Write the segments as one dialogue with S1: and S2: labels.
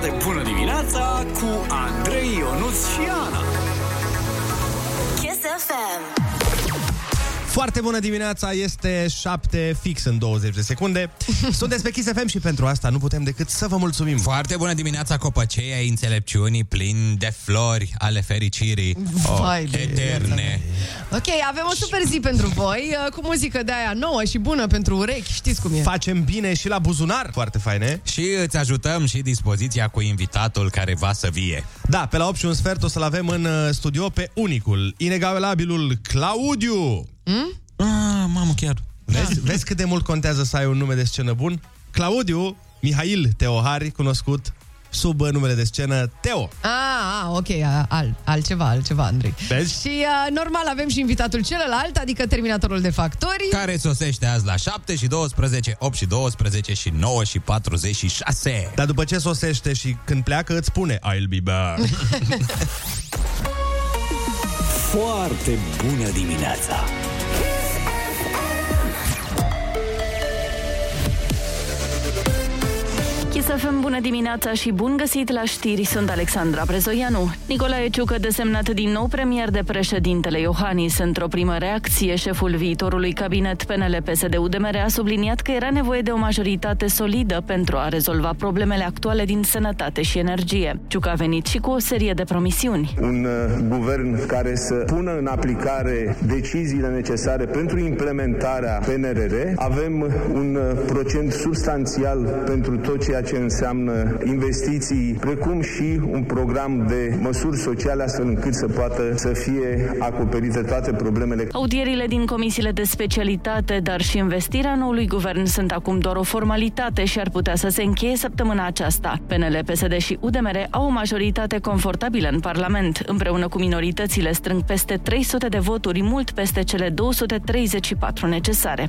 S1: de bună dimineața cu Andrei Ionuț și Ana.
S2: Kiss FM.
S3: Foarte bună dimineața, este 7 fix în 20 de secunde. Sunteți pe Kiss FM și pentru asta nu putem decât să vă mulțumim.
S4: Foarte bună dimineața, copăcei ai înțelepciunii plini de flori ale fericirii.
S5: Vai
S4: oh,
S5: de
S4: eterne.
S5: Ok, avem o super zi pentru voi, uh, cu muzică de aia nouă și bună pentru urechi, știți cum e.
S3: Facem bine și la buzunar, foarte faine.
S4: Și îți ajutăm și dispoziția cu invitatul care va să vie.
S3: Da, pe la 8 și un sfert o să-l avem în uh, studio pe unicul, inegalabilul Claudiu.
S4: Ah, mamă, chiar.
S3: Vezi, vezi cât de mult contează să ai un nume de scenă bun? Claudiu Mihail Teohari, cunoscut sub uh, numele de scenă Teo.
S5: Ah, ah, ok, a- al, altceva, altceva, Andrei.
S3: Vezi?
S5: Și uh, normal avem și invitatul celălalt, adică terminatorul de factori.
S4: Care sosește azi la 7 și 12, 8 și 12 și 9 și 46.
S3: Dar după ce sosește și când pleacă, îți spune I'll be back.
S1: Foarte bună dimineața!
S6: Chisafem, bună dimineața și bun găsit la știri, sunt Alexandra Brezoianu. Nicolae Ciucă, desemnat din nou premier de președintele Iohannis, într-o primă reacție, șeful viitorului cabinet PNL-PSD-UDMR a subliniat că era nevoie de o majoritate solidă pentru a rezolva problemele actuale din sănătate și energie. Ciucă a venit și cu o serie de promisiuni.
S7: un uh, guvern care să pună în aplicare deciziile necesare pentru implementarea PNRR. Avem un uh, procent substanțial pentru tot ceea ce înseamnă investiții, precum și un program de măsuri sociale astfel încât să poată să fie acoperite toate problemele
S6: Audierile din comisiile de specialitate, dar și investirea noului guvern sunt acum doar o formalitate și ar putea să se încheie săptămâna aceasta. PNL, PSD și UDMR au o majoritate confortabilă în Parlament. Împreună cu minoritățile strâng peste 300 de voturi, mult peste cele 234 necesare.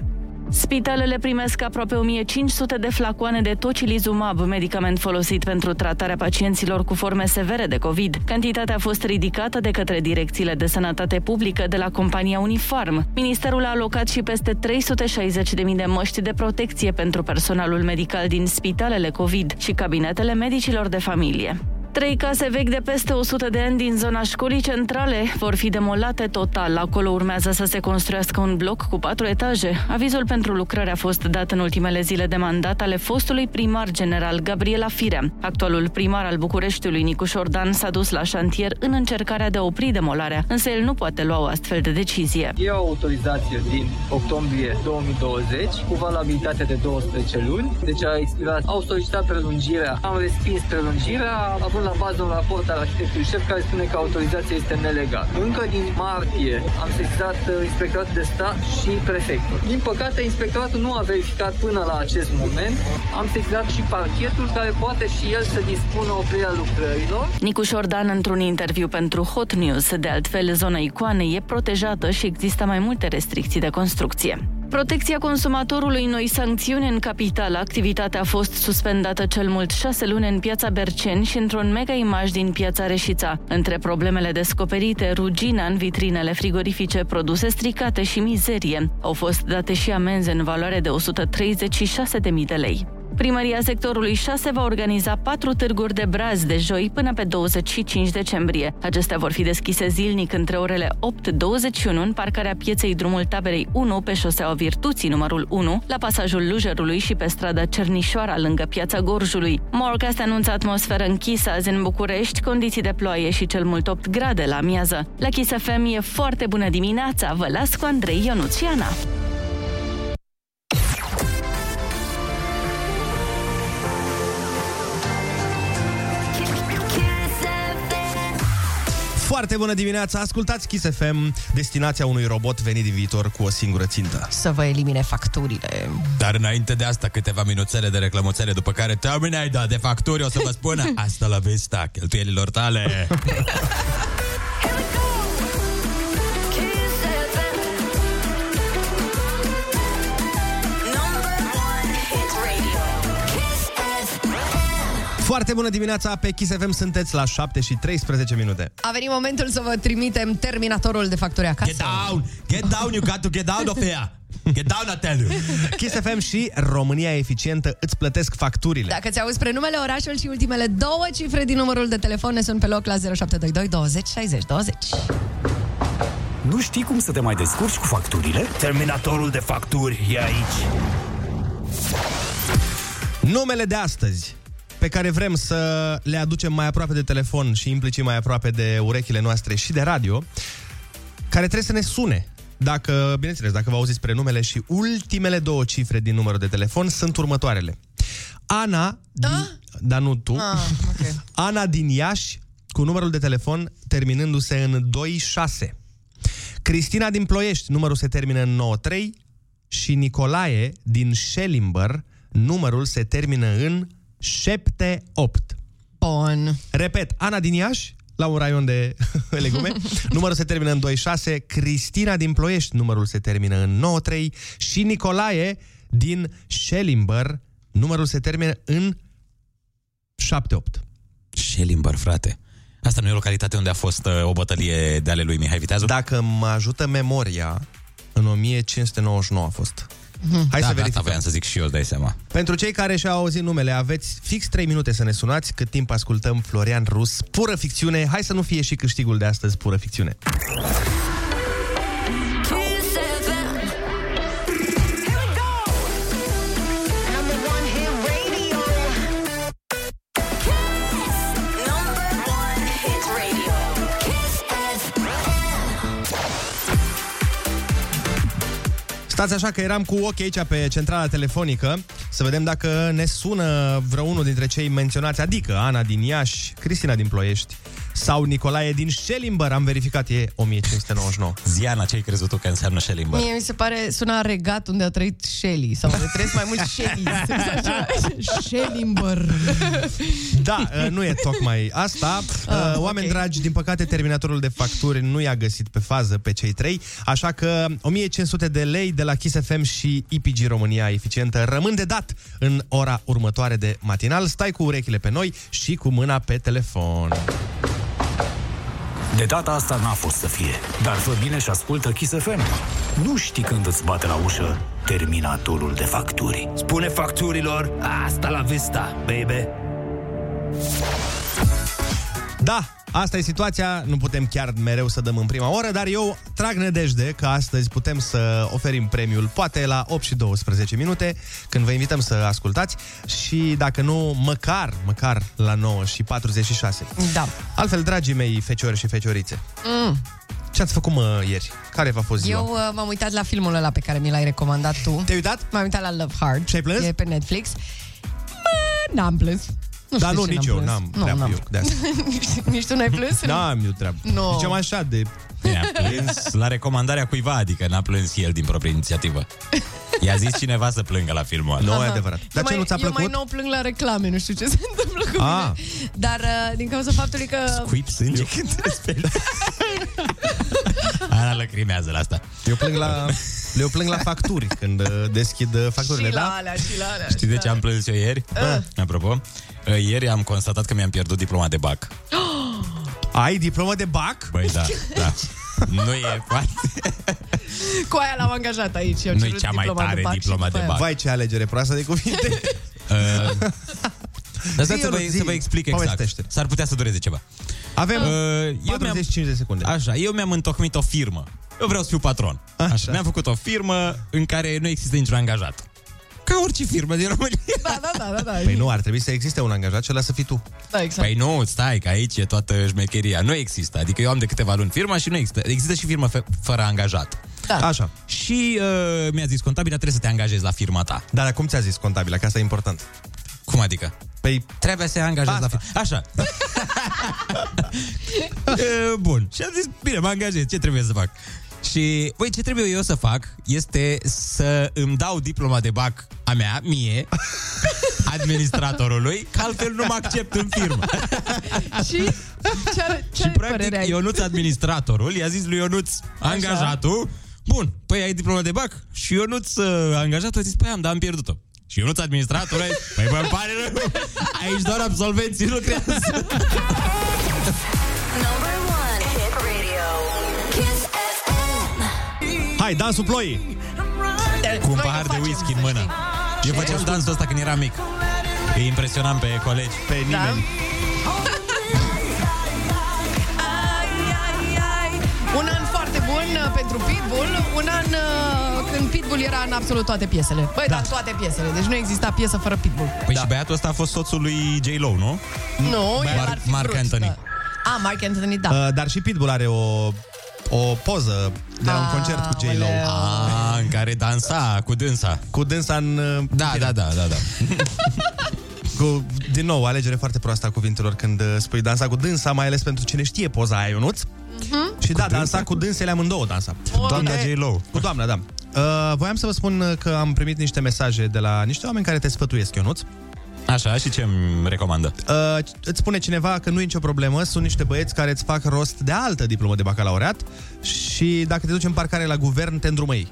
S6: Spitalele primesc aproape 1500 de flacoane de tocilizumab, medicament folosit pentru tratarea pacienților cu forme severe de COVID. Cantitatea a fost ridicată de către direcțiile de sănătate publică de la compania Unifarm. Ministerul a alocat și peste 360.000 de măști de protecție pentru personalul medical din spitalele COVID și cabinetele medicilor de familie. Trei case vechi de peste 100 de ani din zona școlii centrale vor fi demolate total. Acolo urmează să se construiască un bloc cu patru etaje. Avizul pentru lucrare a fost dat în ultimele zile de mandat ale fostului primar general Gabriela Firea. Actualul primar al Bucureștiului, Nicu Șordan, s-a dus la șantier în încercarea de a opri demolarea, însă el nu poate lua o astfel de decizie.
S8: E o autorizație din octombrie 2020 cu valabilitate de 12 luni, deci a expirat. Au solicitat prelungirea, am respins prelungirea, având la bază un raport al arhitectului șef care spune că autorizația este nelegală. Încă din martie am sesizat uh, inspectoratul de stat și prefectul. Din păcate, inspectoratul nu a verificat până la acest moment. Am sesizat și parchetul care poate și el să dispună oprirea lucrărilor.
S6: Nicu Șordan într-un interviu pentru Hot News. De altfel, zona icoanei e protejată și există mai multe restricții de construcție. Protecția consumatorului noi sancțiuni în capital. Activitatea a fost suspendată cel mult șase luni în piața Berceni și într-un mega imaj din piața Reșița. Între problemele descoperite, rugina în vitrinele frigorifice, produse stricate și mizerie. Au fost date și amenzi în valoare de 136.000 de lei. Primăria sectorului 6 va organiza patru târguri de brazi de joi până pe 25 decembrie. Acestea vor fi deschise zilnic între orele 8.21 în parcarea pieței drumul taberei 1 pe șoseaua Virtuții numărul 1, la pasajul Lujerului și pe strada Cernișoara lângă piața Gorjului. Morcast anunță atmosferă închisă azi în București, condiții de ploaie și cel mult 8 grade la amiază. La Kiss FM e foarte bună dimineața, vă las cu Andrei Ionuțiana.
S2: Kiss FM.
S3: Foarte bună dimineața, ascultați Kiss FM, destinația unui robot venit din viitor cu o singură țintă.
S5: Să vă elimine facturile.
S4: Dar înainte de asta, câteva minuțele de reclămuțele, după care Terminator de facturi o să vă spună asta la vista, cheltuielilor tale.
S2: Here we go. Kiss FM. Number one hit radio. Kiss FM.
S3: Foarte bună dimineața, pe Kiss FM sunteți la 7 și 13 minute.
S5: A venit
S4: da.
S5: momentul să vă trimitem terminatorul de facturi acasă.
S4: Get down! Get down, you got to get down of here! Get down, I tell you.
S3: Kiss FM și România Eficientă îți plătesc facturile. Da.
S5: Dacă ți-auzi prenumele, orașul și ultimele două cifre din numărul de telefon ne sun pe loc la 0722 20 60 20.
S1: Nu știi cum să te mai descurci cu facturile? Terminatorul de facturi e aici.
S3: Numele de astăzi pe care vrem să le aducem mai aproape de telefon și implicit mai aproape de urechile noastre și de radio, care trebuie să ne sune. Dacă, bineînțeles, dacă vă auziți prenumele și ultimele două cifre din numărul de telefon sunt următoarele. Ana, din, dar nu tu,
S5: Da? Ah, ok.
S3: Ana din Iași, cu numărul de telefon terminându-se în 26. Cristina din Ploiești, numărul se termină în 93 și Nicolae din Schellimber, numărul se termină în 78.
S5: Bun.
S3: Repet, Ana din Iași, la un raion de legume, numărul se termină în 26, Cristina din Ploiești, numărul se termină în 93 și Nicolae din Schellimber, numărul se termină în 78.
S4: Schellimber, frate. Asta nu e o localitate unde a fost uh, o bătălie de ale lui Mihai Viteazu?
S3: Dacă mă ajută memoria, în 1599 a fost. Hai
S4: da,
S3: să
S4: da, asta
S3: verificăm.
S4: voiam să zic și eu, îți dai seama.
S3: Pentru cei care și-au auzit numele, aveți fix 3 minute să ne sunați cât timp ascultăm Florian Rus, pură ficțiune. Hai să nu fie și câștigul de astăzi pură ficțiune.
S2: Kiss FM. Here we go. Number one hit radio. Kiss. Number one hit radio. Kiss FM.
S3: Stați așa că eram cu ochii aici pe centrala telefonică să vedem dacă ne sună vreunul dintre cei menționați, adică Ana din Iași, Cristina din Ploiești sau Nicolae din Schellimber. Am verificat, e 1599.
S4: Ziana, ce ai crezut tu că înseamnă Schellimber?
S5: Mie mi se pare, suna regat unde a trăit Shelly sau unde trăiesc mai mult Shelly. Shellimbăr.
S3: Da, uh, nu e tocmai asta. Uh,
S5: Ah,
S3: Oameni
S5: ok.
S3: dragi, din păcate, terminatorul de facturi nu i-a găsit pe fază pe cei trei, așa că 1500 de lei de la Kiss FM și IPG România Eficientă rămân de dat în ora următoare de matinal. Stai cu urechile pe noi și cu mâna pe telefon.
S1: De data asta n-a fost să fie, dar fă bine și ascultă Kiss FM. Nu știi când îți bate la ușă terminatorul de facturi. Spune facturilor, asta la vista, baby.
S3: Da, asta e situația, nu putem chiar mereu să dăm în prima oră, dar eu trag nedejde că astăzi putem să oferim premiul poate la 8 și 12 minute, când vă invităm să ascultați și dacă nu, măcar, măcar la 9 și 46.
S5: Da. Mm.
S3: Altfel, dragii mei feciori și feciorițe, ce ați făcut mă, ieri? Care v-a fost ziua?
S5: Eu uh, m-am uitat la filmul ăla pe care mi l-ai recomandat tu.
S3: Te-ai uitat?
S5: M-am uitat la Love Hard.
S3: Și ai plâns?
S5: E pe Netflix. Bă, n-am plâns. Nu
S3: Dar
S5: știu
S3: nu,
S5: de ce
S3: nici eu,
S5: plâns.
S3: n-am
S5: Nu,
S3: treabă
S5: n-am.
S3: eu Da, de asta.
S5: Nici- Nici tu n-ai plâns?
S3: N-am eu treabă.
S5: Nu.
S3: Ziceam așa de...
S4: Mi-a plâns la recomandarea cuiva, adică n-a plâns el din proprie inițiativă. I-a zis cineva să plângă la filmul ăla.
S3: Nu, e adevărat.
S5: Eu
S3: Dar ce
S5: mai-
S3: nu ți-a
S5: Eu
S3: plăcut?
S5: mai nou plâng la reclame, nu știu ce se întâmplă cu
S3: Ah.
S5: mine. Dar uh, din cauza faptului că...
S4: Cuip sânge când te speli. Ana lăcrimează la asta.
S3: Eu plâng la, eu plâng la facturi când uh, deschid uh, facturile,
S5: și
S3: da?
S5: la alea, și la alea.
S4: Știi de ce am plâns eu ieri? Apropo, uh, ieri am constatat că mi-am pierdut diploma de bac.
S3: Ai diplomă de bac?
S4: Băi, da, da. Nu e foarte...
S5: Cu aia l-am angajat aici. Eu am
S4: Nu-i
S5: cerut
S4: cea mai
S5: diploma
S4: tare
S5: de bac și
S4: diploma
S5: după
S4: de
S5: aia.
S4: bac.
S3: Vai, ce alegere proastă de cuvinte.
S4: Dar stați
S3: Zi,
S4: să vă,
S3: Ionuț, zi.
S4: să vă explic exact.
S3: Povestește.
S4: S-ar putea să dureze ceva.
S3: Avem
S4: Uh, eu mi-am-
S3: 45 de secunde.
S4: Așa, eu mi-am întocmit o firmă. Eu vreau să fiu patron. Așa.
S3: Așa.
S4: Mi-am făcut o firmă în care nu există niciun angajat. Ca orice firmă din România.
S5: Da, da, da, da, da.
S3: Păi nu, ar trebui să existe un angajat, cel să fii tu.
S5: Da, exact.
S4: Păi nu, stai, că aici e toată șmecheria. Nu există. Adică eu am de câteva luni firma și nu există. Există și firmă fe- fără angajat.
S5: Da.
S3: Așa.
S4: Și uh, mi-a zis contabila, trebuie să te angajezi la firma ta.
S3: Dar acum ți-a zis contabila, că asta e important.
S4: Cum adică?
S3: Păi,
S4: Trebuie să te angajezi
S3: Asta.
S4: la firma. Așa. E, Bun. Și am zis, bine, mă angajez, ce trebuie să fac? Și, băi, ce trebuie eu să fac este să îmi dau diploma de bac a mea, mie, administratorului, că altfel nu mă accept în firmă.
S5: Și ce are, ce
S4: Și
S5: are părerea
S4: practic
S5: ai?
S4: Ionuț administratorul i-a zis lui Ionuț angajatul, bun, păi ai diplomă de bac? Și Ionuț uh, angajatul a zis, păi am, dar am pierdut-o. Și Ionuț administratorul a zis, păi bă, îmi pare rău, aici doar absolvenții lucrează.
S2: Number one hit radio. Kiss FM.
S3: hai, dansul ploii!
S2: I'm running.
S5: uite,
S4: Cu un
S5: noi
S4: pahar
S5: o
S4: de
S5: facem,
S4: whisky în
S5: să
S4: mână.
S5: știi.
S4: Eu făceam dansul ăsta când eram mic. Îi impresionam pe colegi.
S3: Pe nimeni.
S5: Da? Un an foarte bun uh, pentru Pitbull, un an uh, când Pitbull era în absolut toate piesele. Băi, da. dar în toate piesele, deci nu exista piesă fără Pitbull.
S4: Păi da. și băiatul ăsta a fost soțul lui J. Lo, nu?
S3: Uh,
S5: Nu, el
S4: Mark-
S5: ar fi
S4: Mark
S5: vrut,
S4: Anthony. Ah.
S5: Da. A, Mark Anthony, da.
S3: Uh, dar și Pitbull are o, o poză de
S4: Ah,
S3: la un concert cu J-Lo.
S5: Aoleu.
S4: A, în care dansa cu dânsa.
S3: Cu dânsa în... uh,
S4: Da, da, da, da, da.
S3: Cu, din nou, alegere foarte proastă a cuvintelor când uh, spui dansa cu dânsa, mai ales pentru cine știe poza aia, Ionuț. Mm-hmm. Și da, dansa cu dânsele amândouă dansa.
S4: Doamna
S3: Unde-
S4: J.Lo.
S3: Cu doamna, da. Uh, voiam să vă spun uh, că am primit niște mesaje de la niște oameni care te sfătuiesc, Ionuț.
S4: Așa, și ce îmi recomandă?
S3: Uh, îți spune cineva că nu e nicio problemă, sunt niște băieți care îți fac rost de altă diplomă de bacalaureat și dacă te duci în parcare la guvern, te îndrumăi.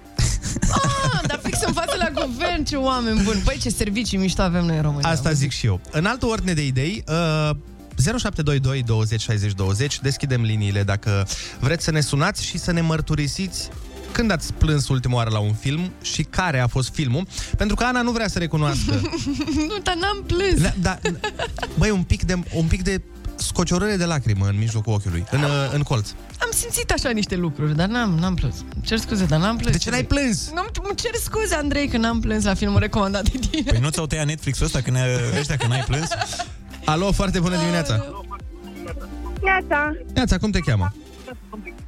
S5: Ah, dar fix în față la guvern, ce oameni buni. Băi, ce servicii mișto avem noi în România.
S3: Asta zic și eu. În altă ordine de idei, uh, 0722 20 60 20, deschidem liniile dacă vreți să ne sunați și să ne mărturisiți când ați plâns ultima oară la un film și care a fost filmul, pentru că Ana nu vrea să recunoască.
S5: Nu, dar n-am plâns.
S3: Da, da, băi, un pic de, un pic de scociorare de lacrimă în mijlocul ochiului, în, uh, în colț.
S5: Am simțit așa niște lucruri, dar n-am, n-am plâns. Îmi Cer scuze, dar n-am plâns.
S3: De ce n-ai plâns?
S5: Nu, îmi cer scuze, Andrei, că n-am plâns la filmul recomandat de tine.
S4: Păi nu ți-au tăiat Netflix-ul ăsta când uh, ne- ăștia că n-ai plâns?
S3: Alo, foarte bună dimineața!
S9: Neața,
S3: Neața, cum te cheamă?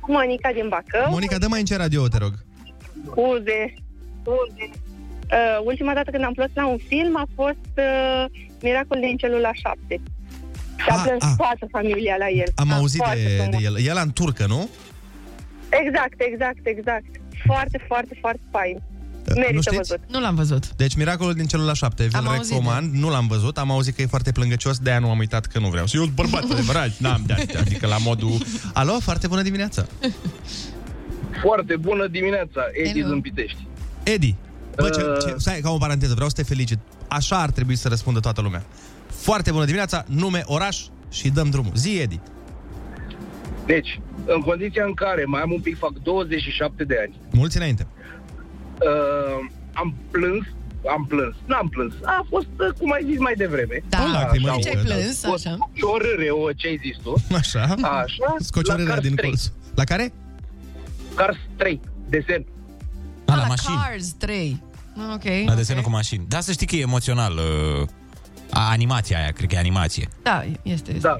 S9: Monica din Bacău,
S3: Monica, dă mai în ce radio, te rog.
S9: scuze. Uh, ultima dată când am plăcut la un film a fost uh, Miracol din celula 7. Și
S3: Ah,
S9: a plâns
S3: ah.
S9: toată familia la el.
S3: Am
S9: Da,
S3: auzit
S9: foarte
S3: de, de
S9: frumos.
S3: el. El în turcă, nu?
S9: Exact, exact, exact. Foarte, foarte, foarte fain.
S3: Da, nu
S9: Merită
S3: știți?
S9: văzut.
S5: Nu l-am văzut.
S3: Deci Miracolul din celula 7,
S5: Am
S3: vi-l
S5: auzit, da.
S3: recomand, nu l-am văzut, am auzit că e foarte plângăcios, de-aia nu am uitat că nu vreau. Și eu sunt bărbat, adevărat, n-am de astea, adică la modul... Alo, foarte bună dimineața!
S10: Foarte bună dimineața, Edi
S5: Hello.
S10: din Pitești.
S3: Edi, bă, ce,
S10: Uh.
S3: ce, stai, ca o paranteză, vreau să te felicit. Așa ar trebui să răspundă toată lumea. Foarte bună dimineața, nume, oraș și dăm drumul. Zi, Edi!
S10: Deci, în condiția în care mai am un pic, fac 27 de ani,
S3: Mulți înainte.
S10: uh, am plâns, am plâns, n-am plâns. A fost, uh, cum ai zis mai devreme,
S5: Da,
S3: O lacrimă,
S5: de ce ai
S3: da.
S5: plâns?
S10: fost
S5: Așa.
S10: o râre, o ce ai zis tu,
S3: Așa.
S10: așa, la
S3: Scocioarea
S10: Cars
S3: din
S10: 3,
S3: colț. La care?
S10: Cars 3, desen.
S4: A,
S5: Ah,
S4: la mașini.
S5: Cars 3. Ah, Ok.
S4: La desenul cu mașini. Da, să știi că e emoțional. uh, A, animația aia, cred că e animație.
S5: Da, este.
S10: Da.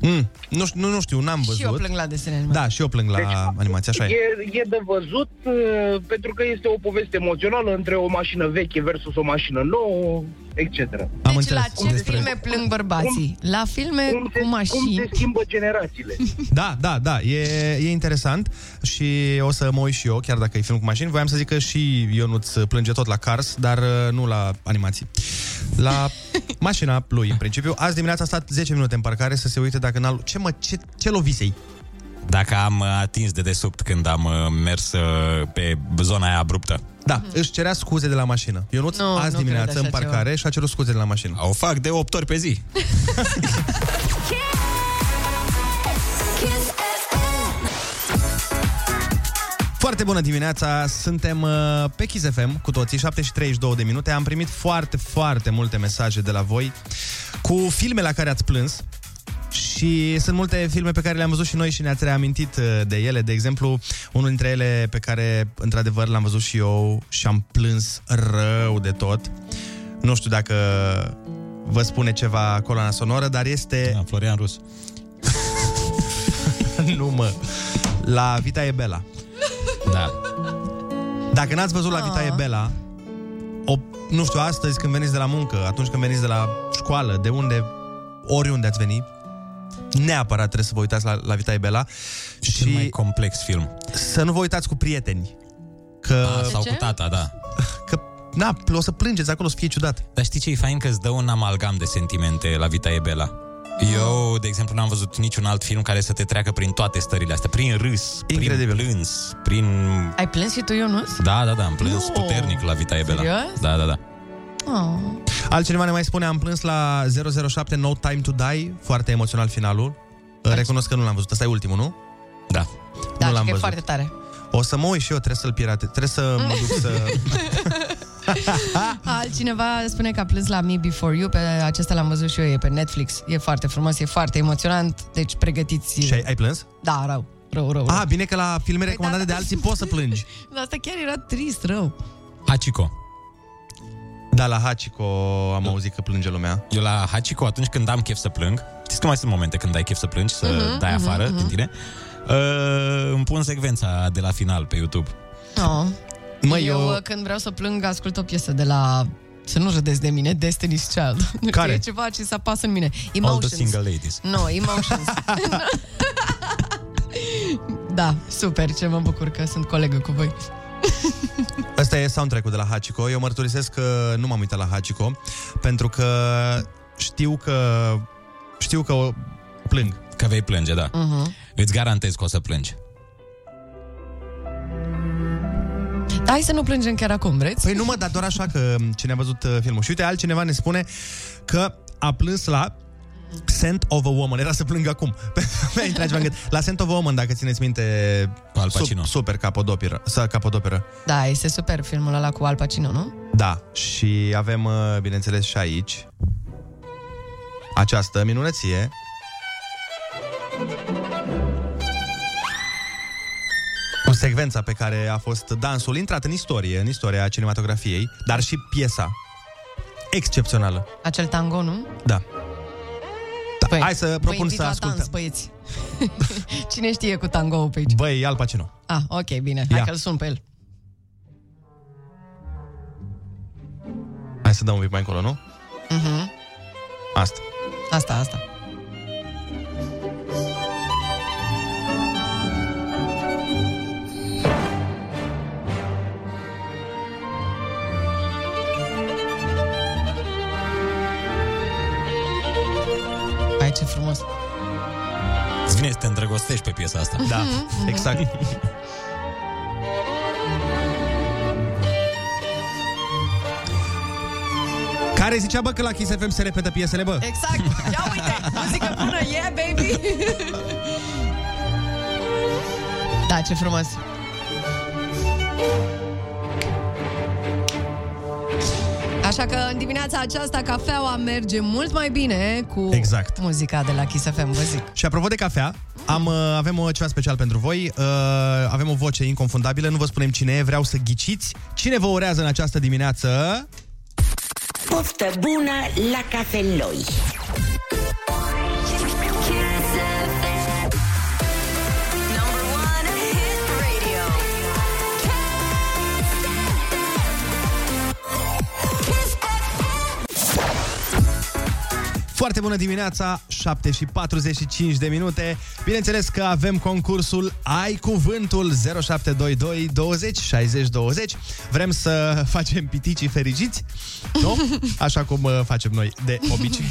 S3: Mm, nu, ș- nu, nu știu, n-am
S5: Și eu
S3: văzut.
S5: plâng la desene animate.
S3: Da, și eu plâng la
S10: Deci,
S3: animație, așa e.
S10: E, e de văzut uh, pentru că este o poveste emoțională între o mașină veche versus o mașină nouă, etc.
S5: Deci
S3: Am înțeles.
S5: la ce filme plâng bărbații? La filme
S10: Cum se,
S5: cu
S10: cum se
S5: mașini.
S10: schimbă generațiile?
S3: Da, da, da, e, e interesant și o să mă uit și eu, chiar dacă e film cu mașini. Voiam să zic că și Ionuț plânge tot la Cars, dar uh, nu la animații. La mașina lui, în principiu. Azi dimineața a stat 10 minute în parcare să se uite dacă n-a... Ce, mă, ce, ce lovisei?
S4: Dacă am uh, atins de desubt când am uh, mers uh, pe zona aia abruptă.
S3: Da, mm-hmm. își cerea scuze de la mașină. Ionuț,
S5: Mhm. Nu,
S3: azi
S5: nu
S3: dimineață
S5: cred
S3: în
S5: așa
S3: parcare și-a cerut scuze de la mașină.
S4: Da, O fac de 8 ori pe zi.
S2: Kiss FM.
S3: Foarte bună dimineața, suntem uh, pe Kiss FM cu toții, 7 și 32 de minute. Am primit foarte, foarte multe mesaje de la voi cu filme la care ați plâns și sunt multe filme pe care le-am văzut și noi și ne-ați reamintit uh, de ele. De exemplu, unul dintre ele pe care, într-adevăr, l-am văzut și eu și am plâns rău de tot. Nu știu dacă vă spune ceva coloana sonoră, dar este...
S4: Da, Florian Rus.
S3: nu mă, la Vita e Bela.
S4: Da.
S3: Dacă n-ați văzut la Vitaie
S4: Ah.
S3: Bela, o, nu știu, astăzi când veniți de la muncă, atunci când veniți de la școală, de unde, oriunde ați veni, neapărat trebuie să vă uitați la, la Vitaie Bela
S4: Cel mai
S3: și
S4: complex film.
S3: să nu vă uitați cu prieteni. Că,
S4: A, sau
S5: ce?
S4: cu tata, da.
S3: că na, o să plângeți acolo, o să fie ciudat.
S4: Dar știi ce e fain? Că îți dă un amalgam de sentimente la Vita e Bela. Eu, de exemplu, n-am văzut niciun alt film care să te treacă prin toate stările astea. Prin râs,
S3: Incredibil.
S4: prin plâns, prin...
S5: Ai plâns și tu, Ionuț?
S4: Da, da, da, am plâns
S5: Nu.
S4: puternic la Vita e Bela.
S5: Serios?
S4: Da, da, da.
S5: Oh.
S3: Altcineva ne mai spune, am plâns la 007 No Time To Die, foarte emoțional finalul. Recunosc că nu l-am văzut, ăsta e ultimul, nu?
S4: Da.
S5: Da,
S3: nu
S5: și
S3: l-am
S5: că e
S3: văzut.
S5: foarte tare.
S3: O să mă uit și eu, trebuie să-l pirate. Trebuie să mă duc să...
S5: Altcineva spune că a plâns la Me Before You, pe acesta l-am văzut și eu, e pe Netflix. E foarte frumos, e foarte emoționant, deci pregătiți...
S3: Și ai, ai plâns?
S5: Da, rău. Rău, rău, rău.
S3: Ah, bine că la filme recomandate de alții poți să plângi.
S5: Dar Asta chiar era trist, rău.
S4: Hachiko.
S3: Da, la Hachiko am auzit că plânge lumea.
S4: Eu la Hachiko, atunci când am chef să plâng, știți că mai sunt momente când ai chef să plângi, să
S5: Mhm,
S4: dai
S5: mhm,
S4: afară
S5: mhm.
S4: din tine, uh, îmi pun secvența de la final pe YouTube.
S5: No.
S3: Mă,
S5: eu...
S3: Ah. eu-
S5: uh, când vreau să plâng, ascult o piesă de la... Să nu râdeți de mine, Destiny's Child.
S3: Care?
S5: E ceva ce se apasă în mine.
S4: All the
S5: Emotions.
S4: single ladies.
S5: Nu, no, Emotions. da, super, ce mă bucur că sunt colegă cu voi.
S3: Asta e soundtrack-ul de la Hachiko. Eu mărturisesc că nu m-am uitat la Hachiko, pentru că știu că... Știu că o plâng.
S4: Că vei plânge, da.
S3: Mm. Mhm.
S5: Uh-huh.
S4: Îți garantez că o să plângi.
S5: Hai să nu plângem chiar acum, vreți?
S3: Păi nu mă, dar doar așa că cine a văzut uh, filmul. Și uite, altcineva ne spune că a plâns la Scent of a Woman. Era să plâng acum. Mi-a intrat ceva în gât. La Scent of a Woman, dacă țineți minte,
S4: Cu Al Pacino.
S3: super capodoperă. Sau capodoperă.
S5: Da, este super filmul ăla cu Al Pacino, nu?
S3: Da, și avem, uh, bineînțeles, și aici această minunăție. Cu secvența pe care a fost dansul intrat în istorie, în istoria cinematografiei, dar și piesa excepțională.
S5: Acel tango, nu?
S3: Da. da
S5: Păi,
S3: hai să
S5: Vă
S3: propun
S5: invit
S3: să
S5: la dans,
S3: ascultăm.
S5: băieți. Cine știe cu tango pe aici?
S3: Băi, Al Pacino.
S5: Ah, ok, bine. Hai
S3: Ia.
S5: că-l sun pe el.
S3: Hai să dăm un pic mai încolo, nu?
S5: Mhm.
S3: Asta.
S5: Asta, asta. Hai, ce frumos.
S4: Îți vine să te îndrăgostești pe piesa asta. Mm-hmm.
S3: Da, exact. Care zicea, bă, că la Kiss FM se repetă piesele, bă?
S5: Exact. Ia uite, muzică bună, yeah, baby. da, ce frumos. Așa că în dimineața aceasta cafeaua merge mult mai bine cu
S3: Exact.
S5: muzica de la Kiss FM, vă zic.
S3: Și apropo de cafea, am, uh, avem uh, ceva special pentru voi. Uh, avem o voce inconfundabilă, nu vă spunem cine e, vreau să ghiciți. Cine vă urează în această dimineață?
S2: Poftă bună la cafeloi.
S3: Foarte bună dimineața, 7 și 45 de minute. Bineînțeles că avem concursul Ai Cuvântul 0722 20 60 20. Vrem să facem piticii fericiți, nu? Așa cum uh, facem noi de obicei.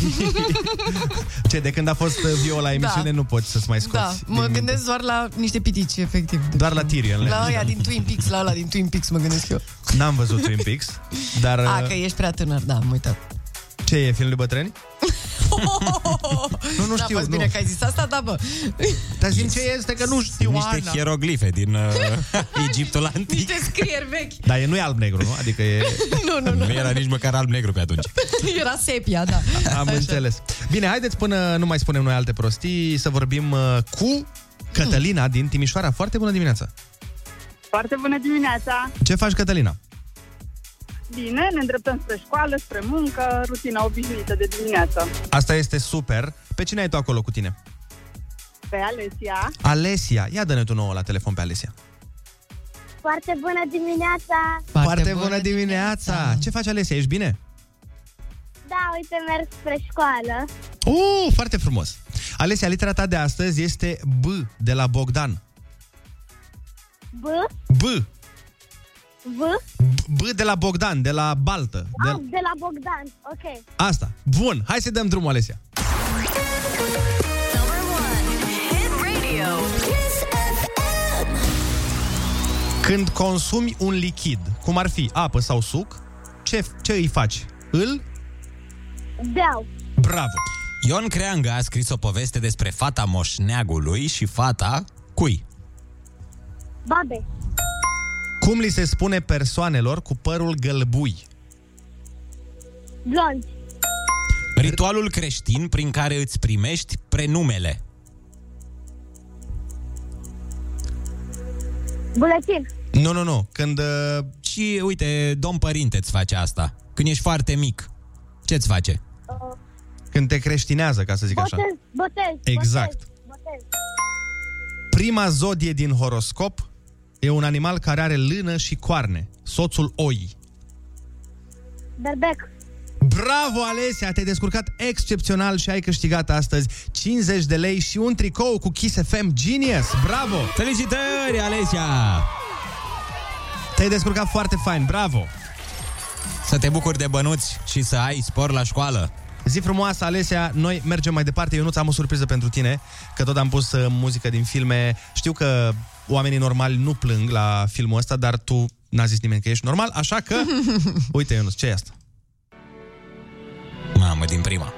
S3: Ce, de când a fost uh, Vio la emisiune, nu poți să-ți mai scoți.
S5: Da,
S3: din
S5: mă
S3: minte.
S5: gândesc doar la niște pitici, efectiv.
S3: Doar la Tyrion.
S5: La aia din Twin Peaks, la ăla din Twin Peaks mă gândesc eu.
S3: N-am văzut Twin Peaks, dar
S5: A,
S3: uh,
S5: că ești prea tânăr, da, am uitat.
S3: ce e, film de bătrâni? Nu, nu
S5: N-a
S3: știu,
S5: fost Da,
S3: nu.
S5: bine că ai zis asta, da, bă.
S3: Dar zic ce este, că nu știu,
S4: Niște
S3: Ana.
S4: hieroglife din uh, Egiptul antic.
S5: Niște scrieri vechi.
S3: Dar e, nu e alb-negru, nu? Adică e...
S5: Nu, nu,
S4: Nu era nici măcar alb-negru pe atunci.
S5: Era sepia, da.
S3: Am Așa. înțeles. Bine, haideți până nu mai spunem noi alte prostii, să vorbim uh, cu Cătălina din Timișoara. Foarte bună dimineața!
S9: Foarte bună dimineața!
S3: Ce faci, Cătălina?
S9: Bine, ne îndreptăm spre școală, spre muncă, rutina obișnuită de dimineață.
S3: Asta este super. Pe cine ai tu acolo cu tine?
S9: Pe Alesia,
S3: Alesia. Ia dă-ne tu nouă la telefon pe Alesia.
S2: Foarte bună dimineața!
S3: Ce faci, Alesia? Ești bine?
S2: Da, uite, merg spre școală.
S3: Uh, foarte frumos! Alesia, litera ta de astăzi este B, de la Bogdan.
S2: B,
S3: B.
S2: V,
S3: B de la Bogdan, de la Baltă. De la...
S2: de la Bogdan. Ok.
S3: Asta. Bun, hai să dăm drumul, Alesia. Când consumi un lichid, cum ar fi apă sau suc, ce, ce îi faci? Îl?
S2: Beau.
S3: Bravo!
S4: Ion Creangă a scris o poveste despre fata moșneagului și fata cui?
S2: Babe.
S3: Cum li se spune persoanelor cu părul gălbui?
S2: Blond.
S4: Ritualul creștin prin care îți primești prenumele.
S2: Bulătin.
S3: Nu, nu, nu. Când... Uh...
S4: Și, uite, domn părinte îți face asta. Când ești foarte mic. Ce-ți face?
S3: Când te creștinează, ca să zic așa.
S2: Botez, botez.
S3: Exact.
S2: Botez, botez.
S3: Prima zodie din horoscop e un animal care are lână și coarne. Soțul oii.
S2: Berbec.
S3: Bravo, Alesia! Te-ai descurcat excepțional și ai câștigat astăzi 50 de lei și un tricou cu Kiss FM Genius. Bravo!
S4: Felicitări, Alesia!
S3: Te-ai descurcat foarte fain, bravo!
S4: Să te bucuri de bănuți și să ai spor la școală.
S3: Zi frumoasă, Alesia, noi mergem mai departe. Eu nu am o surpriză pentru tine, că tot am pus uh, muzică din filme. Știu că oamenii normali nu plâng la filmul ăsta, dar tu n-a zis nimeni că ești normal, așa că... Uite, Ionuț, ce e asta?
S4: Mamă, din prima.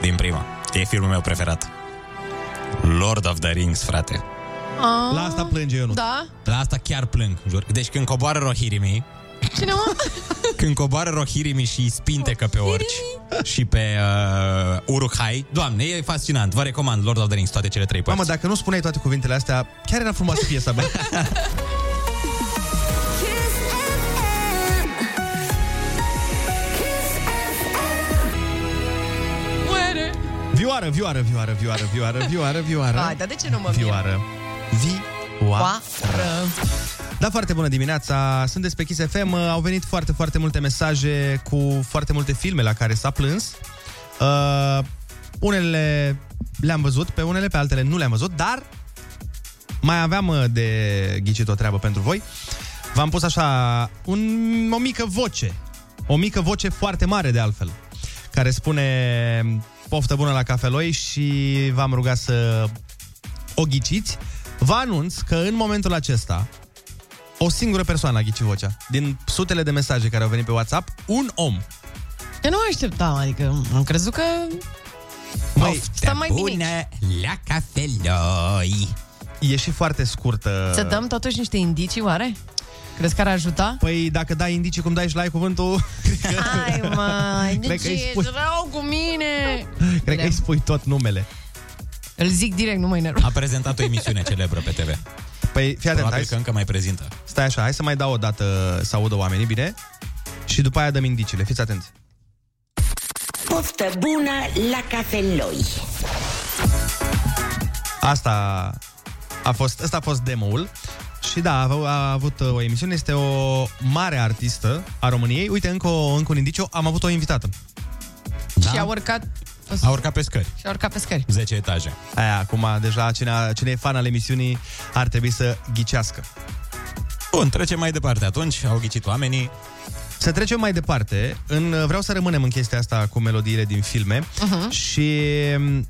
S4: Din prima. E filmul meu preferat. Lord of the Rings, frate.
S5: A,
S3: La asta plânge Ionuț.
S5: Ah, Da?
S4: La asta chiar plâng, jur. Deci când coboară Rohirimi,
S5: Cine mă?
S4: când coboară Rohirimi și îi spintecă pe orci și pe uh, Uruk-hai, doamne, e fascinant. Vă recomand Lord of the Rings, toate cele trei părți.
S3: Mamă, dacă nu spuneai toate cuvintele astea, chiar era frumoasă piesa, bă.
S5: Uere!
S3: Vioară, vioară, vioară, vioară, vioară, vioară, vioară.
S5: Hai, dar de ce nu mă vine?
S3: Vioară. Vi.
S5: Oară.
S3: Da, foarte bună dimineața! Sunt despre Kiss FM. Au venit foarte, foarte multe mesaje cu foarte multe filme la care s-a plâns. Uh, unele le-am văzut, pe unele, pe altele nu le-am văzut, dar mai aveam uh, de ghicit o treabă pentru voi. V-am pus așa un, o mică voce, o mică voce foarte mare de altfel, care spune poftă bună la cafeloi și v-am rugat să o ghiciți. Vă anunț că în momentul acesta o singură persoană a ghicit vocea. Din sutele de mesaje care au venit pe WhatsApp, un om.
S5: Eu nu mă așteptam, adică am crezut că...
S3: Măi,
S5: stai mai bine
S4: bună la cafeloi.
S3: e și foarte uh, scurtă.
S5: Să dăm totuși niște indicii, oare? Crezi că ar ajuta?
S3: Păi dacă dai indicii cum dai și la cuvântul,
S5: Hai, mă, de
S3: Cred că
S5: ce
S3: îi
S5: ești
S3: spui.
S5: rău cu mine?
S3: cred
S5: Le-
S3: că îi spui tot numele.
S5: Îl zic direct, nu mă enervez.
S4: A prezentat o emisiune celebră pe TV.
S3: Păi fii atent, hai,
S4: Probabil că încă mai prezintă.
S3: stai așa, hai să mai dau o dată să audă oamenii, bine? Și după aia dăm indiciile, fiți atenți.
S11: Poftă bună la cafeloi.
S3: Asta a fost, asta a fost demo-ul. Și da, a, a avut o emisiune, este o mare artistă a României. Uite, încă, o, încă un indiciu, am avut o invitată.
S4: Da?
S5: Și a urcat...
S4: A urcat pe scări.
S5: Și a urcat pe scări.
S4: 10 etaje.
S3: Aia, acum, deja, cine, a- cine e fan al emisiunii ar trebui să ghicească.
S4: Bun, trecem mai departe atunci. Au ghicit oamenii.
S3: Să trecem mai departe. În, vreau să rămânem în chestia asta cu melodiile din filme uh-huh. și m,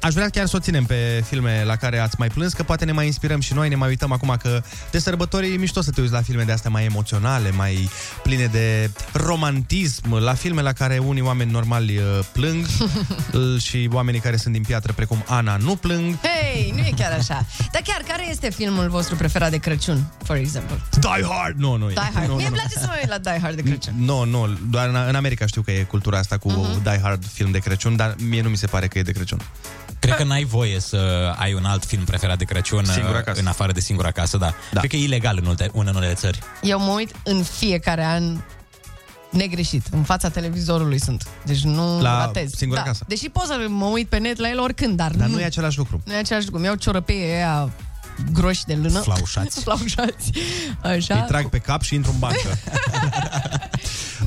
S3: aș vrea chiar să o ținem pe filme la care ați mai plâns, că poate ne mai inspirăm și noi, ne mai uităm acum că de sărbători e mișto să te uiți la filme de astea mai emoționale, mai pline de romantism, la filme la care unii oameni normali uh, plâng l- și oamenii care sunt din piatră, precum Ana, nu plâng.
S5: Hei, nu e chiar așa. Dar chiar, care este filmul vostru preferat de Crăciun, for example?
S3: Die Hard! Nu, nu e.
S5: Die Hard.
S3: Nu,
S5: Mie
S3: nu,
S5: îmi
S3: nu.
S5: place să mă uit la Die Hard de Crăciun.
S3: Nu, nu, doar în, în America știu că e cultura asta cu uh-huh. Die Hard film de Crăciun, dar mie nu mi se pare că e de Crăciun.
S4: Cred că n-ai voie să ai un alt film preferat de Crăciun
S3: Singur
S4: uh,
S3: acasă.
S4: în afară de singura casă, da.
S3: Da.
S4: Cred că e ilegal în ulte- în unele țări.
S5: Eu mă uit în fiecare an negreșit. În fața televizorului sunt. Deci nu
S3: La
S5: ratez.
S3: singura
S5: da.
S3: casă.
S5: Deși pot să mă uit pe net la el oricând, dar,
S3: Dar
S5: nu,
S3: nu e același lucru.
S5: nu e același lucru. Mi-au ciorăpeie aia groși de lână.
S4: Flaușați.
S5: Flaușați.
S3: Îi
S5: Așa.
S3: trag pe cap și intru în bancă.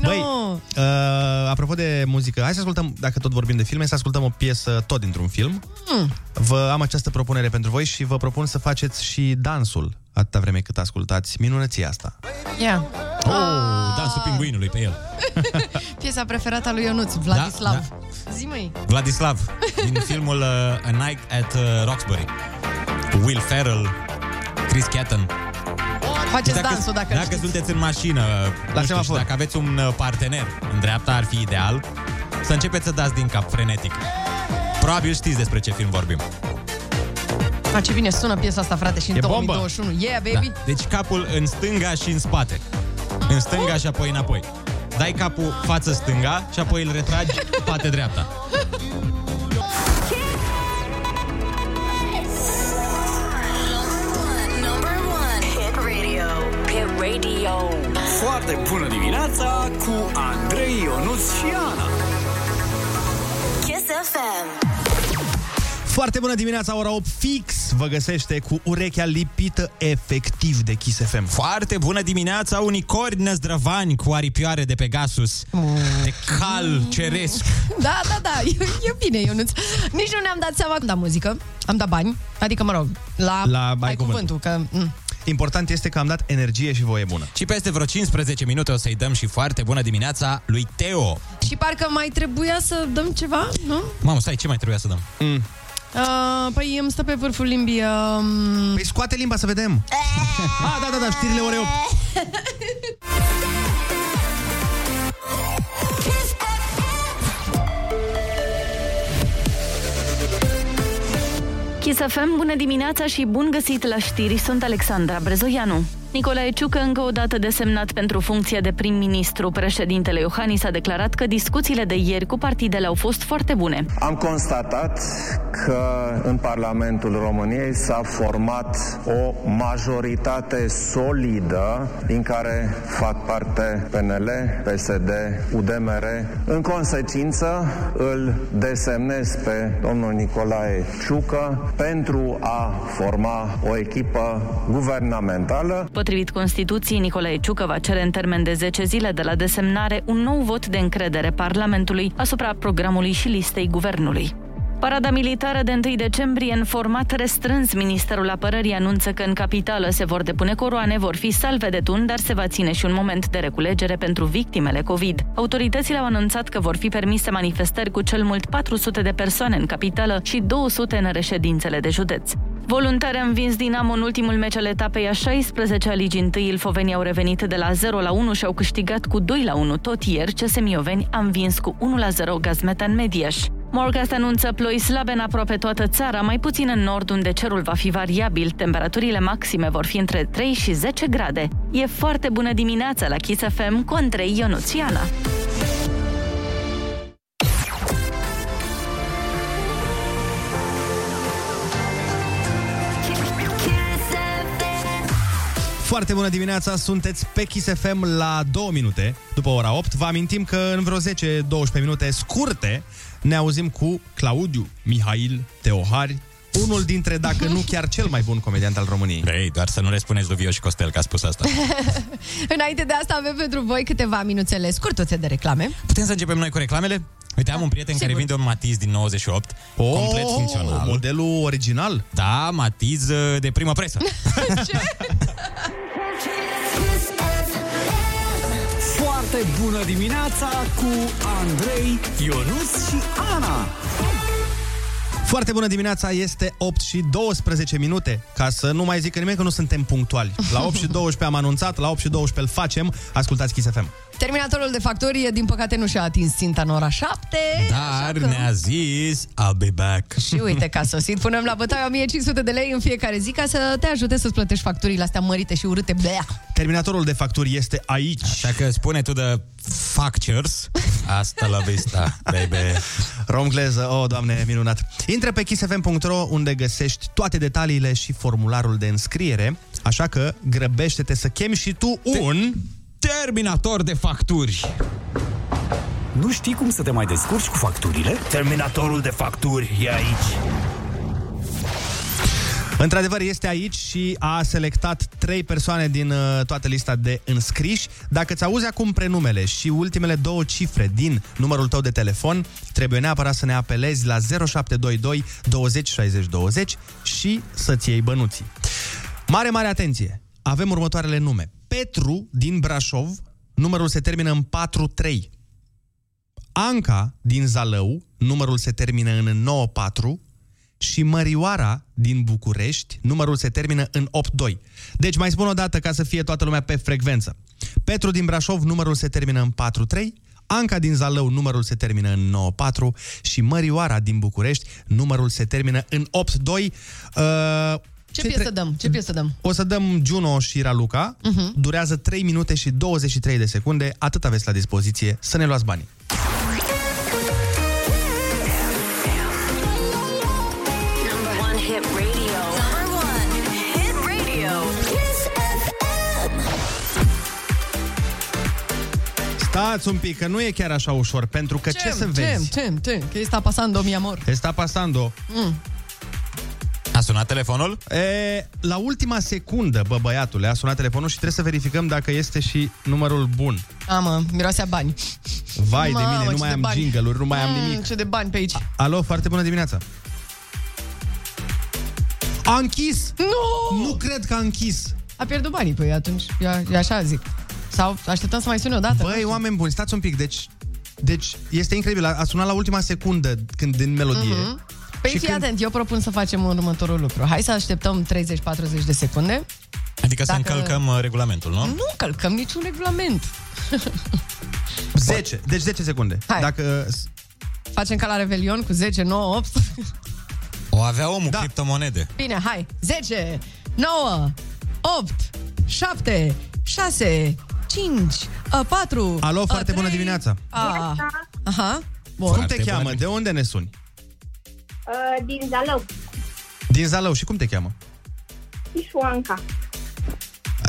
S5: Nu.
S3: Băi, uh, apropo de muzică, hai să ascultăm, dacă tot vorbim de filme, să ascultăm o piesă tot dintr-un film. Mm. Vă am această propunere pentru voi și vă propun să faceți și dansul atâta vreme cât ascultați minunăția asta.
S5: Ia.
S4: Oh, dansul pinguinului pe el.
S5: Piesa preferată a lui Ionuț, Vladislav. Da, da. zi măi.
S4: Vladislav, din filmul uh, A Night at uh, Roxbury. Cu Will Ferrell, Chris Catton.
S5: Faceți dansul dacă,
S4: Păi dacă
S5: știți.
S4: sunteți în mașină, la nu știu, și
S3: semafor.
S4: dacă aveți un uh, partener în dreapta, ar fi ideal să începeți să dați din cap frenetic. Probabil știți despre ce film vorbim.
S5: A, ce bine sună piesa asta, frate, și în
S4: E bombă.
S5: 2021. Yeah, baby!
S4: Da. Deci capul în stânga și în spate. În stânga și apoi înapoi. Dai capul față stânga și apoi îl retragi spate dreapta.
S1: Foarte bună dimineața cu Andrei Ionuț și Ana.
S12: Kiss FM.
S3: Foarte bună dimineața, ora 8 fix vă găsește cu urechea lipită efectiv de Kiss FM.
S4: Foarte bună dimineața, unicorni năzdrăvani cu aripioare de Pegasus, de cal ceresc.
S5: Da, da, da, e, e bine, Ionuț. Nici nu ne-am dat seama am dat muzică, am dat bani, adică, mă rog, la,
S3: La ai
S5: ai cuvântul, că... Mm.
S3: Important este că am dat energie și voie bună.
S4: Și peste vreo 15 minute o să-i dăm și foarte bună dimineața lui Teo.
S5: Și parcă mai trebuia să dăm ceva, nu?
S4: Mamă, stai, ce mai trebuia să dăm? Mm.
S5: Uh, păi îmi stă pe vârful limbii... Um...
S3: Păi scoate limba să vedem. ah, da, da, da, știrile ore 8.
S6: Kiss FM, bună dimineața și bun găsit la știri, sunt Alexandra Brezoianu. Nicolae Ciucă, încă o dată desemnat pentru funcția de prim-ministru, președintele Iohannis a declarat că discuțiile de ieri cu partidele au fost foarte bune.
S7: Am constatat că în Parlamentul României s-a format o majoritate solidă din care fac parte PNL, PSD, UDMR. În consecință îl desemnez pe domnul Nicolae Ciucă pentru a forma o echipă guvernamentală.
S6: Potrivit Constituției, Nicolae Ciucă va cere în termen de 10 zile de la desemnare un nou vot de încredere Parlamentului asupra programului și listei guvernului. Parada militară de 1 decembrie în format restrâns, Ministerul Apărării anunță că în capitală se vor depune coroane, vor fi salve de tun, dar se va ține și un moment de reculegere pentru victimele COVID. Autoritățile au anunțat că vor fi permise manifestări cu cel mult 400 de persoane în capitală și 200 în reședințele de județ. Voluntari a învins Dinamo în ultimul meci al etapei a 16 a Ligii 1. Ilfovenii au revenit de la 0 la 1 și au câștigat cu 2 la 1. Tot ieri, CS Mioveni a învins cu 1 la 0 Gazmetan Mediaș. Morgast anunță ploi slabe în aproape toată țara, mai puțin în nord, unde cerul va fi variabil. Temperaturile maxime vor fi între 3 și 10 grade. E foarte bună dimineața la Kiss FM cu Andrei Ionuțiana.
S3: Foarte bună dimineața, sunteți pe Kiss FM la 2 minute după ora 8. Vă amintim că în vreo 10-12 minute scurte ne auzim cu Claudiu Mihail Teohari, unul dintre, dacă nu chiar cel mai bun comediant al României.
S4: Ei, doar să nu le spuneți lui Vio și Costel că a spus asta.
S5: Înainte de asta avem pentru voi câteva minuțele scurtuțe de reclame.
S4: Putem să începem noi cu reclamele? Uite, am un prieten care vinde un matiz din 98, oh, complet funcțional.
S3: Modelul original?
S4: Da, matiz uh, de primă presă.
S1: Foarte bună dimineața cu Andrei, Ionuț și Ana.
S3: Foarte bună dimineața, este 8 și 12 minute, ca să nu mai zică nimeni că nu suntem punctuali. La 8 și 12 am anunțat, la 8 și 12 îl facem, ascultați Kiss FM.
S5: Terminatorul de factorie, din păcate, nu și-a atins ținta în ora 7.
S4: Dar ne-a zis, I'll be back.
S5: Și uite că a sosit. Punem la bătaie 1500 de lei în fiecare zi ca să te ajute să-ți plătești facturile astea mărite și urâte. Bea!
S3: Terminatorul de facturi este aici.
S4: Așa că spune tu de factures. Asta la vista, baby.
S3: Romgleză, o, oh, doamne, minunat. Intră pe kissfm.ro unde găsești toate detaliile și formularul de înscriere, așa că grăbește-te să chemi și tu un...
S4: Terminator de facturi.
S1: Nu știi cum să te mai descurci cu facturile? Terminatorul de facturi e aici.
S3: Într-adevăr, este aici și a selectat trei persoane din uh, toată lista de înscriși. Dacă ți auzi acum prenumele și ultimele două cifre din numărul tău de telefon, trebuie neapărat să ne apelezi la 0722 20 60 20 și să-ți iei bănuții. Mare, mare atenție! Avem următoarele nume. Petru din Brașov, numărul se termină în 43. Anca din Zalău, numărul se termină în 94 și Mărioara din București, numărul se termină în 82. Deci mai spun o dată ca să fie toată lumea pe frecvență. Petru din Brașov, numărul se termină în 43, Anca din Zalău, numărul se termină în 94 și Mărioara din București, numărul se termină în 82. Uh,
S5: Ce, piesă dăm? Ce piesă dăm?
S3: o să dăm Juno și Raluca.
S5: Mhm.
S3: Uh-huh. Durează 3 minute și 23 de secunde. Atât aveți la dispoziție să ne luați banii.
S12: Number one hit radio. Number one hit radio. Kiss FM.
S3: Stați un pic, că nu e chiar așa ușor, pentru că ce, ce să vezi?
S5: Ce, ce, ce? Că está pasando, mi amor.
S3: Te sta pasando.
S5: Mm.
S3: A sunat telefonul? E, la ultima secundă, bă, băiatule, a sunat telefonul și trebuie să verificăm dacă este și numărul bun.
S5: Amă, miroase a bani.
S3: Vai de
S5: Mamă,
S3: mine, nu
S5: ce
S3: mai
S5: de
S3: am
S5: bani.
S3: jingle-uri, nu mai am
S5: Mm,
S3: nimic.
S5: Ce de bani pe aici.
S3: Alo, foarte bună dimineața. A închis!
S5: Nu!
S3: Nu cred că a închis.
S5: A pierdut banii, păi atunci, eu, eu așa zic. Sau așteptăm să mai sune o dată.
S3: Băi, oameni buni, stați un pic, deci... Deci, este incredibil, a a sunat la ultima secundă când din melodie.
S5: Mhm. Păi
S3: Și
S5: fii
S3: când-
S5: atent, eu propun să facem următorul lucru. Hai să așteptăm 30-40 de secunde.
S4: Adică să
S5: Dacă- Hmm?
S4: încălcăm uh, regulamentul, nu?
S5: Nu călcăm niciun regulament.
S3: 10, deci 10 secunde.
S5: Hai.
S3: Dacă...
S5: Facem ca la Revelion cu 10, 9, 8.
S4: O avea omul da. criptomonede.
S5: Bine, hai. 10, 9, 8, 7, 6, 5, 4.
S3: Alo, foarte bună dimineața.
S5: ă, A, aha. Bun.
S3: Cum te cheamă? De unde ne suni?
S2: Uh, din Zalău,
S3: Din Zalău și cum te cheamă?
S2: Ișuanca.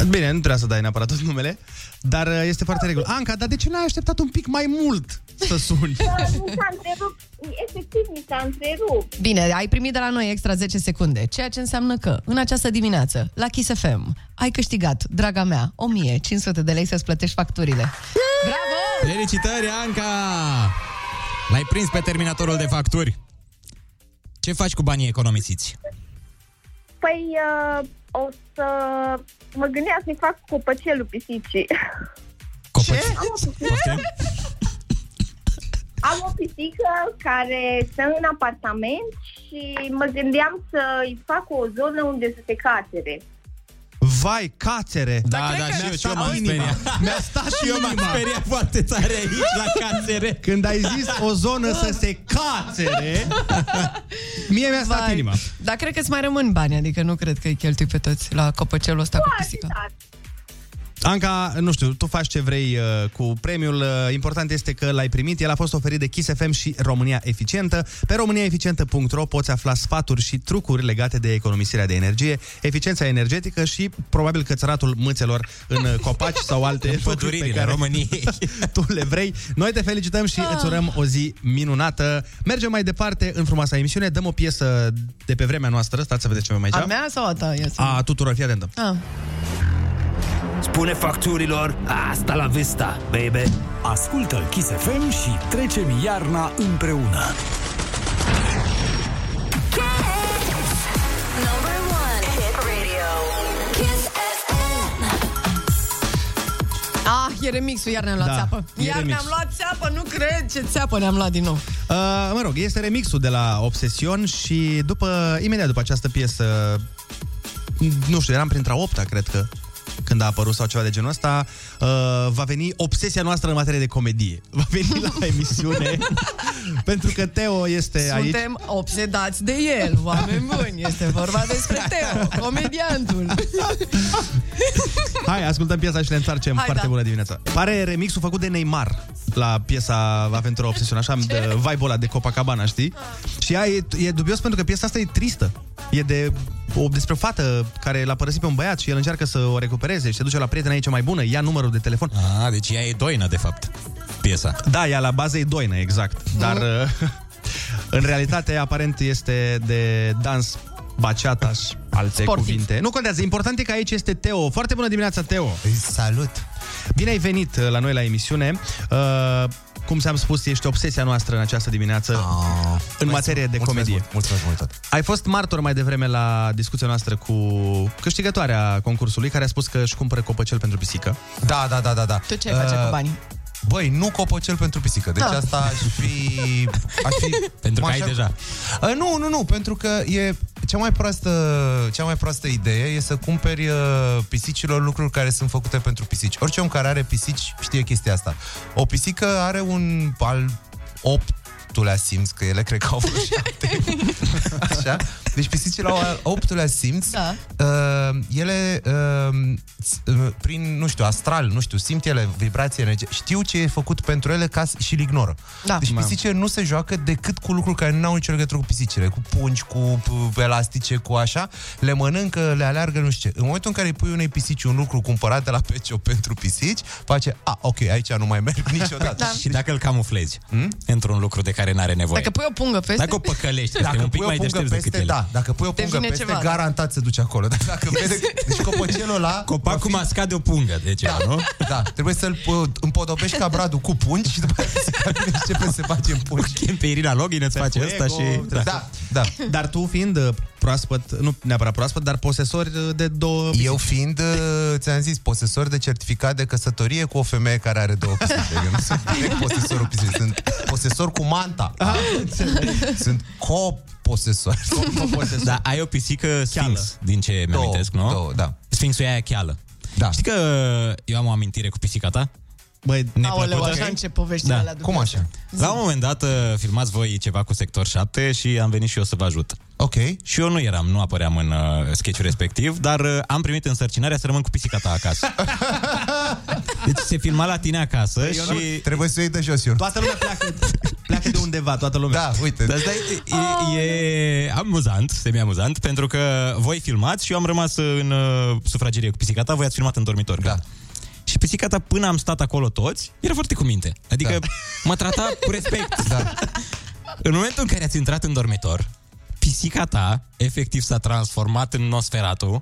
S3: Bine, nu trebuia să dai neapărat tot numele, dar uh, este foarte regulă. Anca, dar de ce n-ai așteptat un pic mai mult să suni?
S2: Uh, mi s-a întrerupt, efectiv mi s-a întrerupt.
S5: Bine, ai primit de la noi extra 10 secunde, ceea ce înseamnă că în această dimineață, la Kiss FM, ai câștigat, draga mea, 1500 de lei să-ți plătești facturile. Bravo!
S4: Felicitări, Anca! L-ai prins pe terminatorul de facturi. Ce faci cu banii economisiți?
S2: Păi uh, o să mă gândeam să-i fac copăcelul pisicii.
S4: Copăci?
S2: Am o pisică, am o pisică care stă în apartament și mă gândeam să-i fac o zonă unde să se catere.
S3: Vai, cațere!
S4: Da, da, și eu, și eu m-am speriat.
S3: Mi-a stat și
S4: Și eu m-am speriat foarte tare aici la cațere.
S3: Când ai zis o zonă să se cațere, mie mi-a stat
S5: Vai.
S3: inima.
S5: Dar cred că îți mai rămân bani, adică nu cred că îi cheltui pe toți la copăcelul ăsta cu pisica.
S3: Anca, nu știu, tu faci ce vrei uh, cu premiul. Uh, important este că l-ai primit. El a fost oferit de Kiss FM și România Eficientă. Pe româniaeficientă.ro poți afla sfaturi și trucuri legate de economisirea de energie, eficiența energetică și probabil cățăratul mâțelor în uh, copaci sau alte făcuri pe
S4: Pădurile
S3: care
S4: României.
S3: tu le vrei. Noi te felicităm și îți urăm o zi minunată. Mergem mai departe în frumoasa emisiune. Dăm o piesă de pe vremea noastră. Stați să vedeți ce avem aici.
S5: A mea sau a ta? Ia să-
S3: A tuturor, fii atentă.
S5: Ah.
S1: Spune facturilor, asta la vista, baby. Ascultă Kiss FM și trecem iarna împreună.
S12: Number one hit radio. Kiss FM.
S5: Ah, e remixul, iar ne-am luat
S3: Da,
S5: țeapă.
S3: e
S5: Iar
S3: remix.
S5: ne-am luat țeapă, nu cred ce țeapă ne-am luat din nou.
S3: Uh, mă rog, este remixul de la Obsession și după, imediat după această piesă, nu știu, eram printre a opta, cred că, când a apărut sau ceva de genul ăsta, uh, va veni obsesia noastră în materie de comedie. Va veni la emisiune, pentru că Teo este aici.
S5: Suntem obsedați de el, oameni buni. Este vorba despre Teo, comediantul.
S3: Hai, ascultăm piesa și ne întoarcem.
S5: Hai,
S3: Foarte
S5: da.
S3: bună dimineața. Pare remixul făcut de Neymar la piesa Aventura Obsession, așa, de vibe ăla de Copacabana, știi?
S5: Ah.
S3: Și ea e, e dubios pentru că piesa asta e tristă. E de o, despre o fată care l-a părăsit pe un băiat și el încearcă să o recupereze și se duce la prietena ei cea mai bună, ia numărul de telefon.
S4: A, deci ea e doină, de fapt, piesa.
S3: Da, ea la bază e doină, exact.
S5: Mhm.
S3: Dar uh, în realitate, aparent, este de dans baciata și alte
S5: Sportiv.
S3: cuvinte. Nu contează, important e că aici este Teo. Foarte bună dimineața, Teo!
S4: Salut!
S3: Bine ai venit uh, la noi la emisiune. Uh, cum ți-am spus, ești obsesia noastră în această dimineață oh, în materie de comedie.
S4: Mult, mulțumesc mult tot.
S3: Ai fost martor mai devreme la discuția noastră cu câștigătoarea concursului, care a spus că își cumpără copăcel pentru pisică.
S13: Da, da, da, da, da.
S5: Tu ce ai face
S13: Uh,
S5: cu banii?
S13: Băi, nu copăcel pentru pisică. Deci
S5: Ah.
S13: asta aș fi... Aș fi
S4: Pentru că
S13: m-aș-
S4: ai deja.
S13: Uh, nu, nu, nu, pentru că e Cea mai proastă, cea mai proastă idee e să cumperi uh, pisicilor lucruri care sunt făcute pentru pisici. Orice om care are pisici știe chestia asta. O pisică are un al 8 simț, că ele cred că au fost șapte. Așa? Deci pisicile au al optulea simț. Da. Uh, ele, uh, s- uh, prin, nu știu, astral, nu știu, simt ele vibrații energetice. Știu ce e făcut pentru ele ca s- și îl ignoră.
S5: Da.
S13: Deci
S5: Mamă.
S13: pisicile pisice nu se joacă decât cu lucruri care nu au nicio legătură cu pisicile, cu pungi, cu p- elastice, cu așa, le mănâncă, le aleargă, nu știu ce. În momentul în care îi pui unei pisici un lucru cumpărat de la Pecio pentru pisici, face, a, ok, aici nu mai merg niciodată.
S5: Da.
S13: Și dacă îl camuflezi hmm? într-un lucru de care n-are nevoie.
S5: Dacă pui o pungă peste...
S13: Dacă o păcălești,
S4: este
S13: dacă
S4: un pic
S13: pui o
S4: mai
S13: pungă
S4: deștept decât
S13: peste,
S4: ele.
S13: da, dacă pui o pungă
S5: Devine
S13: peste,
S5: ceva, da.
S13: garantat se duce acolo. Dar Dacă vede, deci copocelul ăla... Copacul fi... mascat de o pungă,
S4: deci,
S13: de ceva, da, nu? Da, trebuie să-l uh, împodobești ca bradul cu pungi și după aceea se capinește ce pe se face în pungi.
S4: Chem pe Irina Login,
S13: Păi,
S4: îți face asta și...
S13: Da, da.
S3: Dar tu fiind uh, proaspăt, nu neapărat proaspăt, dar posesor uh, de două pisici.
S13: Eu fiind, uh, ți-am zis, posesor de certificat de căsătorie cu o femeie care are două pisici. Eu nu sunt direct posesorul pisicii, sunt posesor cu
S4: Ah,
S13: manta. Da. sunt co-posesor.
S4: Da, ai o pisică Sphinx, din ce mi-amintesc, nu? Două,
S13: da.
S4: Sphinxul e aia cheală.
S13: Da.
S4: Știi că eu am o amintire cu pisica ta?
S3: Băi,
S5: Aoleu, așa încep poveștile alea după.
S4: La un moment dat uh, filmați voi ceva cu Sector 7 și am venit și eu să vă ajut.
S13: Ok.
S4: Și eu nu eram, nu apăream în uh, sketch respectiv, dar uh, am primit însărcinarea să rămân cu pisica ta acasă. deci se filma la tine acasă
S13: Păi eu
S4: și...
S13: nu- Trebuie să o iei de jos, eu.
S3: Toată lumea pleacă, pleacă de undeva, toată lumea.
S13: Da, uite.
S4: Dar stai, e, e amuzant, semi-amuzant, pentru că voi filmați și eu am rămas în uh, sufragerie cu pisica ta, voi ați filmat în dormitor. Da. Și pisica ta, până am stat acolo toți, era foarte cu minte. Adică da. mă trata cu respect.
S13: Da.
S4: În momentul în care ați intrat în dormitor, pisica ta, efectiv, s-a transformat în Nosferatu.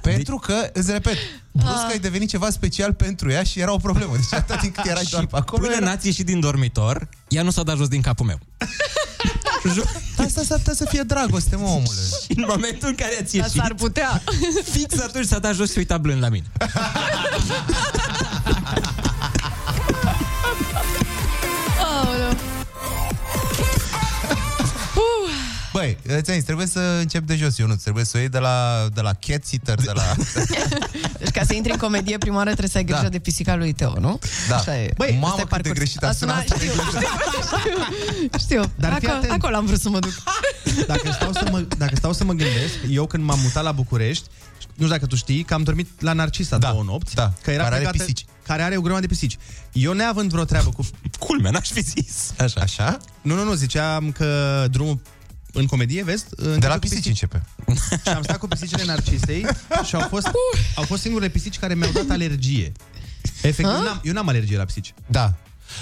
S13: Pentru că, îți repet, brusc
S4: Ah.
S13: ai devenit ceva special pentru ea și era o problemă. Deci atâta timp cât erai
S4: Da,
S13: doar pe acolo...
S4: Până
S13: era-
S4: n-ați ieșit din dormitor, ea nu s-a dat jos din capul meu.
S13: Asta s-ar putea să fie dragoste, mă, omule.
S4: Și în momentul în care ați
S5: Dar
S4: ieșit,
S5: s-ar putea.
S4: fix atunci s-a dat jos și uita blând la mine.
S5: Aoleu.
S13: Băi, ți-am zis, trebuie să încep de jos, Ionuț. Trebuie să o iei de la, de la cat sitter, de la...
S5: Deci ca să intri în comedie, prima oară trebuie să ai grijă
S13: Da.
S5: de pisica lui Teo, nu?
S13: Da.
S5: Așa e.
S13: Băi, Mamă, cât de greșit a sunat.
S5: Știu, știu, știu.
S3: Dar fii
S5: Acolo,
S3: atent.
S5: acolo am vrut să mă duc.
S3: Dacă stau, să mă, dacă stau să mă gândesc, eu când m-am mutat la București, nu știu dacă tu știi, că am dormit la Narcisa da, două nopți, da, că era
S13: care are
S3: plecată-
S13: pisici.
S3: Care are o grămadă de pisici. Eu neavând vreo treabă cu...
S4: Culmea, n-aș fi zis.
S13: Așa. Așa?
S3: Nu, nu, nu, ziceam că drumul în comedie, vezi? începe
S13: la
S3: cu
S13: pisici începe.
S3: Și am stat cu pisicile Narcisei și au fost, au fost singurele pisici care mi-au dat alergie. Efectiv,
S13: Ha?
S3: eu n-am, eu n-am alergie la pisici.
S13: Da.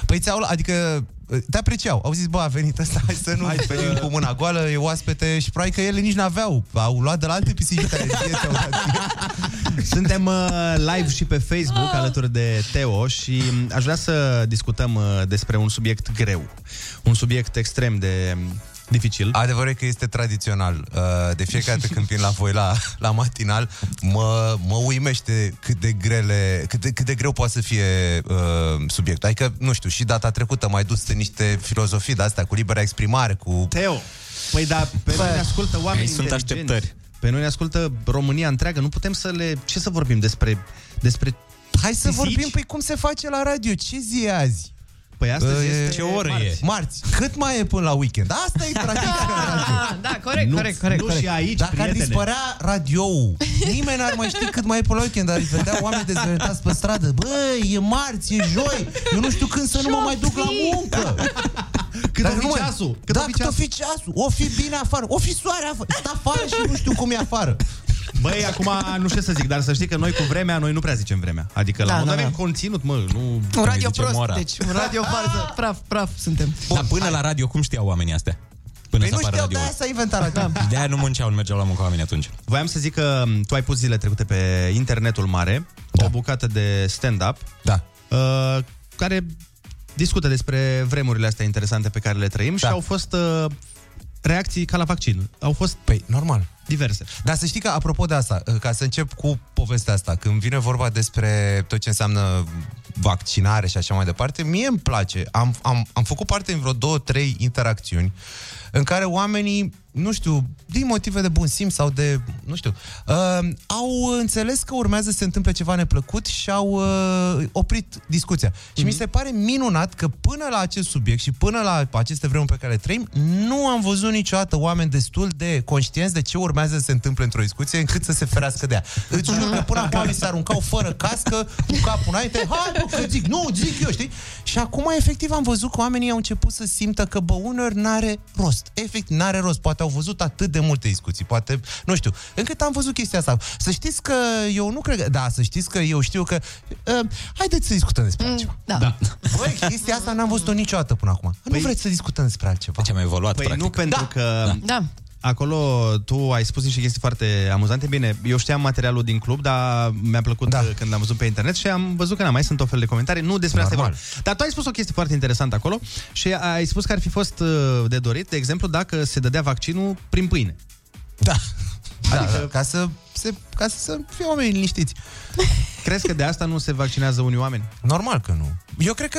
S13: Păi ți-au, adică te apreciau. Au zis, bă, a venit ăsta, hai să nu hai venim cu mâna goală, e oaspete și probabil că ele nici n-aveau. Au luat de la alte pisici care știe, ți-au dat
S3: Suntem uh, live și pe Facebook alături de Teo și m, aș vrea să discutăm uh, despre un subiect greu. Un subiect extrem de m, dificil.
S13: Adevărul e că este tradițional. Uh, De fiecare dată când vin la voi la, la matinal, mă, mă uimește cât de, grele, cât, de, cât de greu poate să fie uh, subiectul. Adică, nu știu, și data trecută mai dus în niște filozofii de astea cu libera exprimare, cu...
S3: Teo, păi da, pe noi ne ascultă oameni
S13: ei sunt
S3: inteligenți.
S13: așteptări.
S3: Pe noi ne ascultă România întreagă, nu putem să le... Ce să vorbim despre... despre
S13: Hai să vorbim, păi cum se face la radio? Ce zi e azi?
S3: Păi astăzi
S13: Uh,
S3: este
S13: ce oră
S3: marți.
S13: e? Marți. Cât mai e până la weekend? Asta e tradiția la radio.
S5: Da, corect,
S13: Nu-
S5: corect, corect.
S13: nu
S5: corect.
S13: și aici, Dacă ar prietene. dispărea radioul, nimeni n-ar mai ști cât mai e pe la weekend, dar îi vedea oameni dezorientați pe stradă. Băi, e marți, e joi, eu nu știu când să nu mă mai duc la muncă.
S3: Cât
S13: Dacă
S3: o fi
S13: nu mai-
S3: ceasul? Cât
S13: da,
S3: o fi
S13: cât o fi ceasul? O fi bine afară, o fi soare afară. Stă afară și nu știu cum e afară.
S3: Băi, acum nu știu ce să zic, dar să știi că noi cu vremea, noi nu prea zicem vremea. Adică la
S5: Da,
S3: da,
S5: da,
S3: da, avem
S5: da.
S3: conținut, mă, nu...
S5: Un radio prost, deci un radio farză. Praf, praf suntem.
S4: Dar Da, până la radio, cum știau oamenii astea? Până
S13: Păi
S4: să
S13: nu
S4: apară
S13: știau,
S4: radio.
S13: de aia s-a inventat radio.
S4: De aia nu munceau, nu mergeau la muncă oamenii atunci.
S3: Voiam să zic că m, tu ai pus zile trecute pe internetul mare da. o bucată de stand-up
S13: da.
S3: uh, care discută despre vremurile astea interesante pe care le trăim da. și au fost uh, reacții ca la vaccin. Au fost
S13: păi, normal.
S3: diverse.
S13: Dar să știi că, apropo de asta, eh, ca să încep cu povestea asta, când vine vorba despre tot ce înseamnă vaccinare și așa mai departe, mie îmi place. Am, am, am făcut parte în vreo două, trei interacțiuni în care oamenii nu știu, din motive de bun simț sau de, nu știu, uh, au înțeles că urmează să se întâmple ceva neplăcut și au uh, oprit discuția. Și mi se pare minunat că până la acest subiect și până la aceste vremuri pe care le trăim, nu am văzut niciodată oameni destul de conștienți de ce urmează să se întâmple într-o discuție încât să se ferească de ea. Îți jur că până acum li se aruncau fără cască, cu capul înainte, hai bă, că zic, nu, zic eu, știi? Și acum, efectiv, am văzut că oamenii au început să simtă că, bă, uneori n-are rost. Efect, n-are rost. Poate au văzut atât de multe discuții, poate, nu știu, încât am văzut chestia asta. Să știți că eu nu cred, da, să știți că eu știu că, uh, haideți să discutăm despre altceva.
S5: Da.
S13: da. Băi, chestia asta n-am văzut-o niciodată până acum. nu vreți să discutăm despre altceva.
S4: Ce am evoluat,
S3: Păi nu pentru da. că...
S5: Da.
S3: Acolo tu ai spus niște chestii foarte amuzante. Bine, eu știam materialul din club, dar mi-a plăcut da. când l-am văzut pe internet și am văzut că n mai sunt o fel de comentarii. Nu despre asta e
S13: Normal.
S3: vorba. Dar tu ai spus o chestie foarte interesantă acolo și ai spus că ar fi fost uh, de dorit, de exemplu, dacă se dădea vaccinul prin pâine.
S13: Da.
S3: Adică,
S13: da, ca să se, ca să fie oamenii liniștiți.
S3: Crezi că de asta nu se vaccinează unii oameni?
S13: Normal că nu. Eu cred că,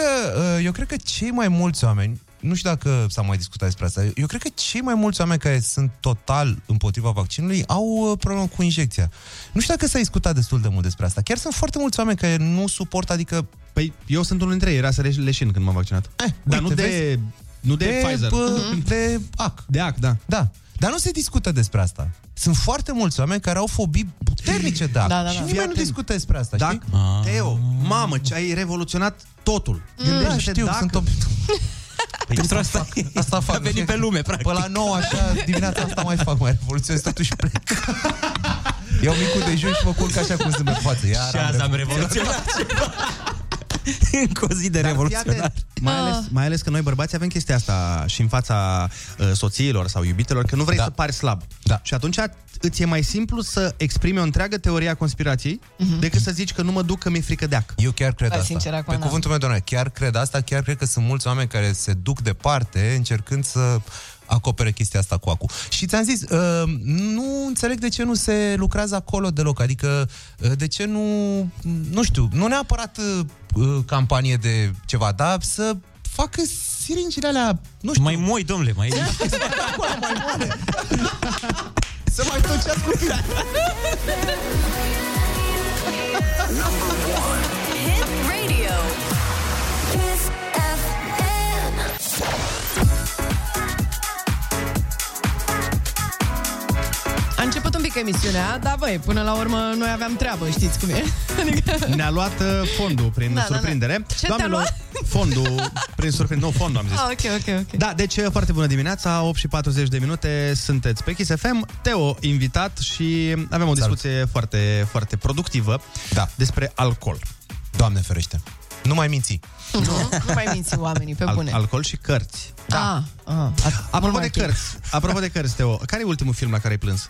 S13: uh, eu cred că cei mai mulți oameni, nu știu dacă s-a mai discutat despre asta, eu cred că cei mai mulți oameni care sunt total împotriva vaccinului au uh, problemă cu injecția. Nu știu dacă s-a discutat destul de mult despre asta. Chiar sunt foarte mulți oameni care nu suportă, adică...
S3: Păi eu sunt unul dintre ei, era să leșin când m-am vaccinat.
S13: Eh,
S3: Dar
S13: uite,
S3: nu de,
S13: vezi?
S3: nu de, Pfizer.
S13: bă,
S3: Mhm.
S13: de AC.
S3: De AC, da.
S13: Da. Dar nu se discută despre asta. Sunt foarte mulți oameni care au fobii puternice de AC.
S3: Da, da, da.
S13: Și
S3: Fii
S13: nimeni nu
S3: atent.
S13: discută despre asta,
S3: Dacă,
S13: știi?
S4: Ah.
S3: Teo, mamă, ce ai revoluționat totul.
S13: Da,
S3: Gândește-te
S13: știu,
S3: dacă...
S13: sunt o
S3: Păi
S4: Pentru asta,
S13: Asta fac.
S4: a venit pe lume, practic.
S13: Pe la 9, așa, dimineața asta mai fac, mai revoluționez totul și plec. Iau micul dejun și mă culc așa cu zâmbet pe față. Iar
S4: Și azi am revoluționat ceva. Încă o zi de revoluționar.
S3: Mai ales, mai ales că noi bărbații avem chestia asta și în fața uh, soțiilor sau iubitelor, că nu vrei da. să pari slab. Da. Și atunci îți e mai simplu să exprimi o întreagă teorie a conspirației mm-hmm. decât să zici că nu mă duc, că mi-e frică de ac.
S13: Eu chiar cred
S5: Mhm. Hai,
S13: asta.
S5: sincer, acum
S13: Pe
S5: n-am.
S13: cuvântul meu, doamne, chiar cred asta, chiar cred că sunt mulți oameni care se duc departe încercând să acopere chestia asta cu acu. Și ți-am zis, uh, nu înțeleg de ce nu se lucrează acolo deloc, adică uh, de ce nu, nu știu, nu neapărat uh, campanie de ceva, dar să facă siringile alea, nu știu.
S4: Mai moi, domnule, mai...
S13: Să mai tocească un pic.
S12: Hit radio. Kiss FM.
S5: A început un pic emisiunea, dar băi, până la urmă noi aveam treabă, știți cum e. Adică...
S3: Ne-a luat uh, fondul
S5: Da,
S3: prin da,
S5: da, da.
S3: surprindere.
S5: Ce te-a
S3: Doamnelor,
S5: luat?
S3: fondul prin surprindere. Nu, fondul am zis.
S5: Ah, ok, ok, ok.
S3: Da, deci foarte bună dimineața, 8 și 40 de minute, sunteți pe Kiss FM, Teo invitat și avem o discuție foarte, foarte productivă
S13: da.
S3: despre alcool.
S13: Doamne ferește, nu mai minți.
S5: Nu, nu mai minți oamenii, pe
S3: Al-
S5: bune.
S3: alcool și cărți.
S5: Da. Ah, ah, mult
S3: Apropo
S5: mai
S3: de
S5: ok.
S3: cărți, apropo de cărți, Teo, care e ultimul film la care ai plâns?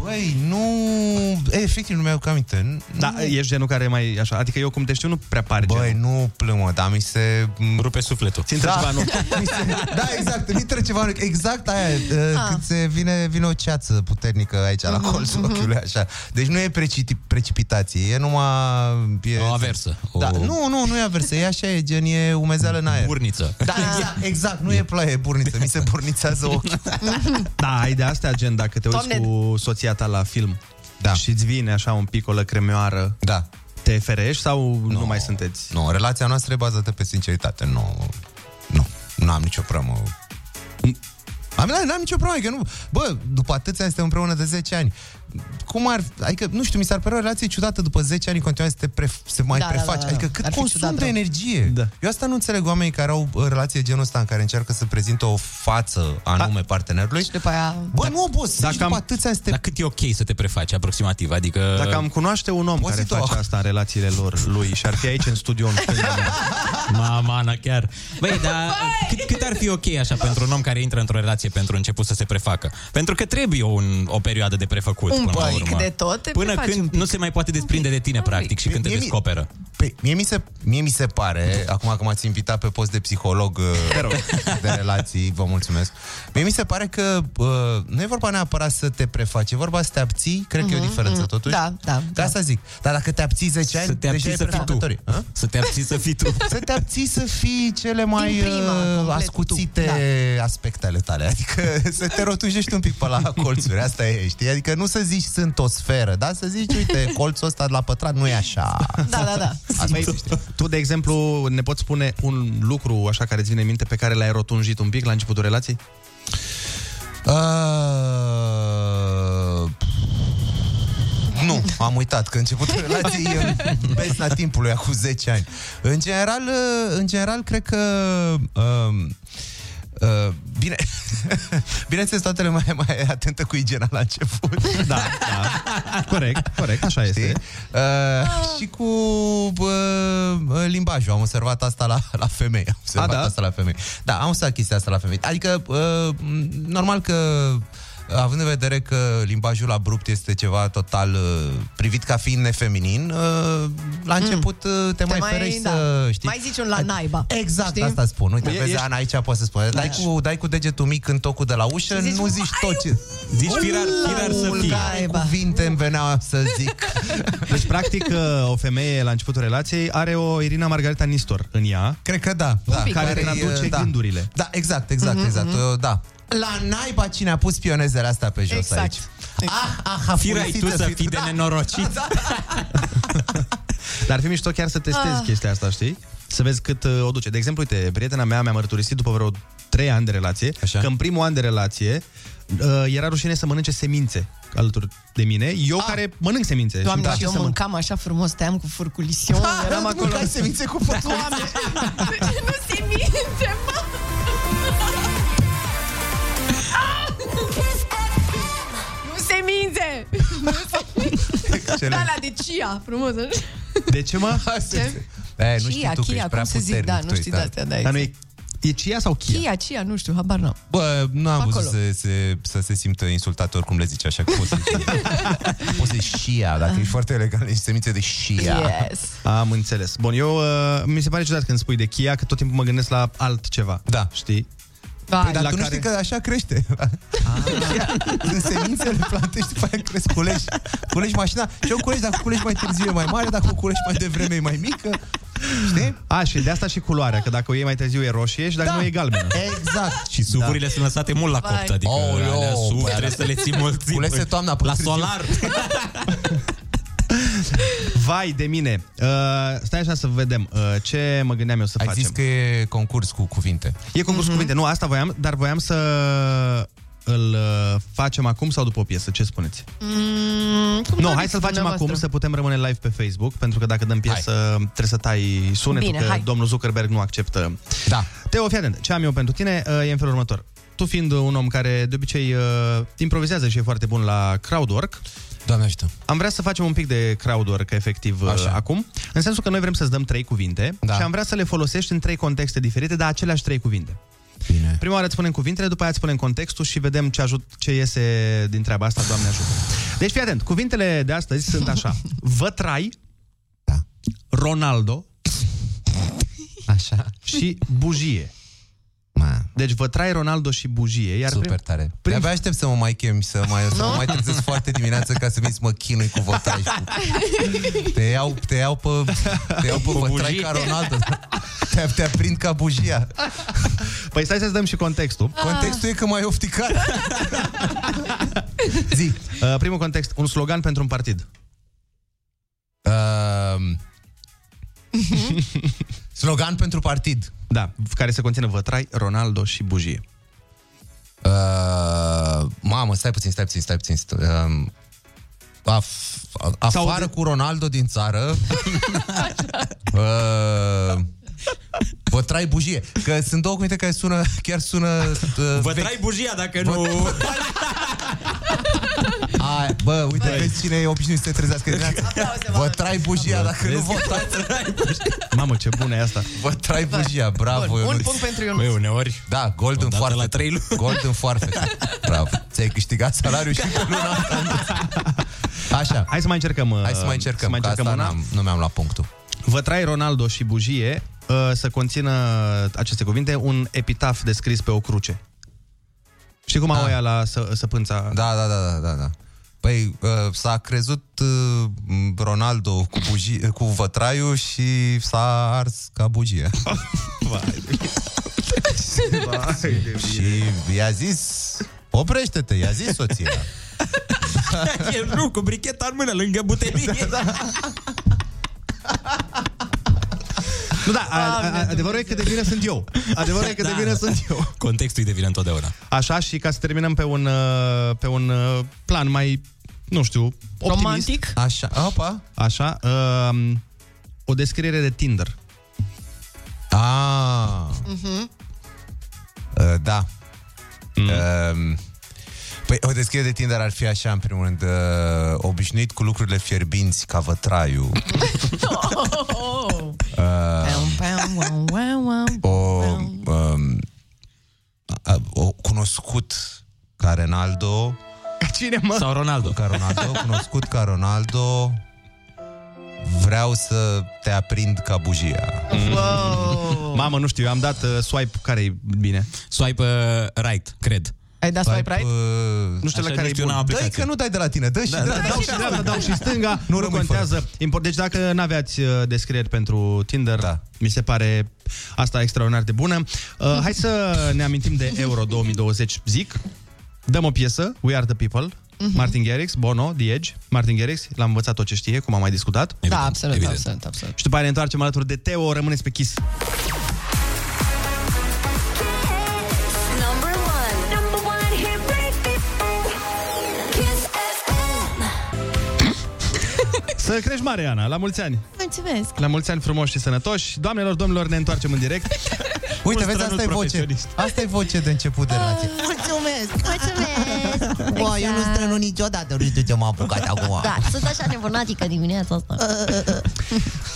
S13: Băi, nu... E, efectiv, nu mi-au aminte.
S3: Da, ești genul care mai așa, adică eu cum te știu nu prea pare
S13: Băi, nu plâng, mă, dar mi se...
S4: Rupe sufletul.
S3: Ți-intră
S13: da.
S3: ceva în ochi.
S13: Mi se... Da, exact, îmi intră ceva în ochi. Exact aia, ah. când se vine, vine o ceață puternică aici, la colțul ochiului, așa. Deci nu e preciti, precipitație, e numai... E...
S4: O aversă. O...
S13: Da, nu, nu, nu e aversă, e așa, e gen, e umezeală în aer.
S4: Burniță.
S13: Da, exact, exact, nu e ploaie, e burniță, mi se burnițează ochiul.
S3: Da, ai de astea gen dacă te uiți
S5: Doamne!
S3: cu soția ta la film
S13: Da.
S3: și îți vine așa un pic o lăcrămioară,
S13: Da.
S3: te ferești sau nu, nu mai sunteți?
S13: Nu, relația noastră e bazată pe sinceritate. Nu, nu, nu am nicio problemă. Am, n-am nicio problemă, că nu... Bă, după atâția ani suntem împreună de 10 ani. Cum ar... Adică, nu știu, mi s-ar părea o relație ciudată după 10 ani în continuare să te pre, să mai
S5: Da, da,
S13: prefaci.
S5: da, da.
S13: Adică cât
S5: Ar fi
S13: consum
S5: ciudat,
S13: de
S5: rău.
S13: energie.
S3: Da.
S13: Eu asta nu înțeleg oamenii care au uh, relație genul ăsta în care încearcă să prezintă o față anume
S4: Da.
S13: partenerului.
S5: Și după aia...
S13: Bă, nu obosești
S3: dacă
S13: după
S3: am-
S13: atâția ani să te...
S4: Dar cât e ok să te prefaci aproximativ? Adică...
S3: Dacă am cunoaște un om
S13: Uh, Poți
S3: care
S13: tu.
S3: face asta în relațiile lor, lui, și ar fi aici în studio în film,
S4: Mama, Ana, chiar. Băi, dar cât, cât ar fi ok așa pentru un om care intră într-o relație pentru început să se prefacă? Pentru că trebuie un, o perioadă de prefăcut
S5: Un
S4: până la
S5: pic
S4: urmă.
S5: de tot, te
S4: Până
S5: prefaci un
S4: când
S5: pic.
S4: nu se mai poate desprinde de tine, practic, și când te
S13: Mie mi-
S4: descoperă.
S13: Pe, mie, mi se, mie mi se pare, acum că m-ați invitat pe post de psiholog uh, de relații, vă mulțumesc. Mie mi se pare că uh, nu e vorba neapărat să te prefaci, e vorba să te abții, cred că e o
S5: Mhm,
S13: diferență
S5: mhm.
S13: totuși.
S5: Da, da,
S13: Da, asta zic. Dar dacă te abții 10 ani,
S4: Să te abții
S13: deja
S4: să
S13: e
S4: fii tu.
S13: prefacătoriu. Hă?
S4: Să te abții să fii tu.
S13: Să te abții să fii cele mai
S4: Din prima,
S13: uh,
S4: complet Da.
S13: ascuțite aspecte ale tale. Adică să te rotunjești un pic pe la colțuri, asta e, știi? Adică nu să zici sunt o sferă, dar să zici, uite, colțul ăsta de la pătrat nu e așa.
S5: Da, da, da.
S13: Asta
S3: Păi,
S13: e, știi?
S3: tu, de exemplu, ne poți spune un lucru așa care îți vine în minte pe care l-ai rotunjit un pic la începutul relației?
S13: Uh, nu, am uitat că începutul relației e în besna timpului, acum 10 ani. În general, uh, în general cred că... Um, Uh, bine, bineînțeles, toată lumea e mai atentă cu igiena la început. Da, da.
S3: Corect, corect, așa
S13: este. Uh, și cu uh, limbajul. Am observat asta la, la femei. Am observat
S3: A, da?
S13: asta la femei. Da, am observat chestia asta la femei. Adică, uh, m, normal că Uh, având în vedere că limbajul abrupt este ceva total uh, privit ca fiind nefeminin, uh, la început uh, te, te mai, mai ferești
S5: da.
S13: să știi.
S5: Mai zici un la naiba.
S13: Exact,
S5: știi?
S13: asta spun. Uite,
S5: E-
S13: vezi,
S5: ești-
S13: Ana aici poate să spune. Dai
S5: Deci-
S13: cu, dai cu degetul mic în tocul de la ușă,
S5: Și zici,
S13: nu zici tot ce...
S4: Zici firar- firar să fii.
S13: Care cuvinte îmi veneau să zic.
S3: Deci, practic, uh, o femeie la începutul relației are o Irina Margareta Nistor în ea.
S13: Cred că da. da.
S3: Care
S13: Care-i,
S3: traduce
S13: da.
S3: gândurile.
S13: Da, exact, exact,
S3: Mhm,
S13: exact.
S3: mhm.
S13: Uh, Da. La naiba cine a pus pionezele astea pe jos
S3: Exact.
S13: aici. Ah, ah, a
S4: Firai tu
S13: furisită,
S4: să
S13: fi-
S4: fii de
S13: Da.
S4: nenorocit.
S3: Dar ar fi mișto chiar să testezi
S4: Ah.
S3: chestia asta, știi? Să vezi cât uh, o duce. De exemplu, uite, prietena mea mi-a mărturisit după vreo 3 ani de relație, Așa. că în primul an de relație uh, era rușine să mănânce semințe alături de mine. Eu ah. care mănânc semințe.
S5: Doamne,
S3: place
S5: și eu
S3: să mănânc.
S5: mâncam așa frumos, tăiam cu furculision,
S12: Da,
S5: eram acolo.
S12: mâncai semințe
S13: cu
S5: furculision.
S12: nu se minte, mă!
S5: Nu se mințe! Nu se mințe!
S13: Excelent.
S5: Da, la de chia, frumos. așa.
S3: De ce, mă?
S5: Ce?
S13: Eh, nu
S5: Chia,
S13: știu tu, că
S5: chia,
S13: ești
S5: cum
S13: prea
S5: să zic,
S13: puternic
S5: da, nu
S13: tu,
S5: știu de-astea, da,
S13: Dar nu
S3: e, e chia sau chia?
S5: Chia, chia, nu știu, habar n-am.
S13: Bă, nu am
S5: Acolo.
S13: văzut să se, să se simtă insultat oricum le zice, așa că poți să Poți să șia, dacă e foarte elegant, ești semințe de șia.
S5: Yes.
S3: Am înțeles. Bun, eu uh, mi se pare ciudat când spui de chia, că tot timpul mă gândesc la altceva.
S13: Da.
S3: Știi?
S5: Da,
S13: Păi, dar tu nu știi că așa crește.
S3: Ah.
S13: Sunt semințele plantei și după aia cresc, culegi, culegi mașina. Și eu culegi, dacă culegi mai târziu e mai mare, dacă o culegi mai devreme e mai mică. Știi?
S3: A, și de asta și culoarea, că dacă o iei mai târziu e roșie și dacă
S13: Da.
S3: nu e galbenă.
S13: Exact.
S4: Și sufurile da. sunt lăsate mult la copt,
S5: Vai.
S4: adică
S13: Aoleo,
S4: alea sub,
S13: Oh, băi,
S4: trebuie
S13: alea-
S4: să le ții mult timp.
S13: Culese toamna până
S4: La
S13: târziu.
S4: solar.
S3: Vai de mine. Uh, stai așa să vedem uh, ce mă gândeam eu să
S13: Ai
S3: facem.
S13: zis că e concurs cu cuvinte.
S3: E concurs mm-hmm. cuvinte. Nu, asta voiam, dar voiam să îl uh, facem acum sau după o piesă? Ce spuneți?
S5: Mm, cum
S3: Nu,
S5: doriți
S3: hai să-l facem acum,
S5: dumneavoastră.
S3: să putem rămâne live pe Facebook, pentru că dacă dăm piesă, hai. trebuie să tai sunetul,
S5: Bine,
S3: că
S5: hai.
S3: domnul Zuckerberg nu acceptă.
S13: Da.
S3: Teo, fii atent, ce am eu pentru tine uh, e în felul următor. Tu fiind un om care de obicei uh, improvizează și e foarte bun la crowdwork,
S13: Doamne ajută.
S3: am vrea să facem un pic de crowdwork efectiv Așa.
S13: Așa.
S3: acum, în sensul că noi vrem să-ți dăm trei cuvinte da. și am vrea să le folosești în trei contexte diferite, dar aceleași trei cuvinte.
S13: Bine.
S3: Prima oară îți spunem cuvintele, după aia îți spunem contextul și vedem ce, ajut, ce iese din treaba asta, Doamne ajută. Deci fii atent, cuvintele de astăzi sunt așa. Vă trai, da. Ronaldo
S13: Așa.
S3: și bujie. Deci vă trai Ronaldo și bujie. Iar
S13: Super
S3: prim-
S13: tare. Prim... Abia aștept să mă mai chem și să, mai, să mă mai trezesc foarte dimineață ca să vin să mă chinui cu votaj. Te iau, te iau pe, te iau pe vătrai
S4: bujii.
S13: ca Ronaldo. Te, te aprind ca bujia.
S3: Păi stai să-ți dăm și contextul.
S13: Contextul e că mai ofticat.
S3: Zi. Uh, primul context, un slogan pentru un partid.
S13: Uh, slogan pentru partid.
S3: Da, care să conține Vătrai, Ronaldo și Bujie.
S13: Uh, mamă, stai puțin, stai puțin, stai puțin. Stai, uh, af, a- afară cu Ronaldo din țară. uh, vă trai bujie. Că sunt două cuvinte care sună, chiar sună... Uh,
S4: Vă
S13: vechi.
S4: trai bujia dacă nu...
S13: Ai, bă, uite, vezi cine e obișnuit să se trezească dimineața. Vă trai bujia dacă nu vă trai.
S3: Mamă, ce bună e asta.
S13: Vă trai bujia, bravo.
S5: Da. Bun, un
S13: Ionuț.
S5: punct pentru Ionuț.
S13: Băi, uneori. Da, gold în foarfet. La trei Gold în foarfet. Bravo. Ți-ai câștigat salariul și pe luna asta. Așa.
S3: Hai să mai încercăm.
S13: Hai să mai încercăm,
S3: să mai
S13: că
S3: încercăm da.
S13: asta
S3: una.
S13: n-am, nu mi-am luat punctul.
S3: Vătrai Ronaldo și bujie uh, să conțină aceste cuvinte un epitaf descris pe o cruce. Știi cum au aia la să, săpânța?
S13: Da, da, da, da, da, da. Păi uh, s-a crezut uh, Ronaldo cu, buji, uh, cu vătraiul și s-a ars ca bugie. Vai de Și i-a zis, oprește-te, i-a zis soția.
S4: El nu, cu bricheta în mână, lângă butelie.
S3: Nu, da, a, a, a, adevărul e că de vină sunt eu. Adevărul e că de
S13: Da.
S3: vină sunt eu.
S4: Contextul e de vină întotdeauna.
S3: Așa și ca să terminăm pe un, uh, pe un uh, plan mai, nu știu, optimist.
S5: Romantic?
S3: Așa. Opa. Așa. Uh, o descriere de Tinder.
S13: Ah.
S5: Mhm.
S13: Uh, da. Mm. Uh, păi o deschidere de Tinder ar fi așa, în primul rând, uh, obișnuit cu lucrurile fierbinți ca vătraiu. Uh, o, um, a, o cunoscut ca Ronaldo.
S3: Cine mă?
S13: Sau Ronaldo. Ca Ronaldo, cunoscut ca Ronaldo. Vreau să te aprind ca bujia.
S3: Wow. Mamă, nu știu, eu am dat uh, swipe care e bine.
S4: Swipe uh, right, cred.
S5: Ai dat swipe right?
S3: Nu știu la care e bun.
S13: Dă-i că nu dai de la tine, dă și
S3: Da,
S13: de
S3: da,
S13: la
S3: dau și dreapta, dau și stânga,
S13: Nu
S3: nu, nu
S13: rămâi
S3: contează. Import- Deci dacă nu aveați uh, descrieri pentru Tinder, da. mi se pare asta extraordinar de bună. Uh, hai să ne amintim de Euro 2020, zic. Dăm o piesă, We Are The People, Martin Garrix, Bono, The Edge, Martin Garrix, l-am învățat tot ce știe, cum am mai discutat.
S5: Da, absolut, absolut, absolut.
S3: Și după aia ne întoarcem alături de Teo, rămâneți pe Kiss.
S12: Number one. Number one hit radio. Kiss FM.
S3: Să crești mare, Ana, la mulți ani!
S5: Mulțumesc!
S3: La mulți ani frumoși și sănătoși. Doamnelor, domnilor, ne întoarcem în direct.
S13: Uite, vezi, asta e voce. Asta e voce de început de relație.
S14: Mulțumesc! Mulțumesc!
S13: Bă, Păi, eu
S5: Exact.
S13: nu strănu niciodată, nu știu ce m-a apucat acum.
S14: Da, sunt așa nebunatică dimineața asta.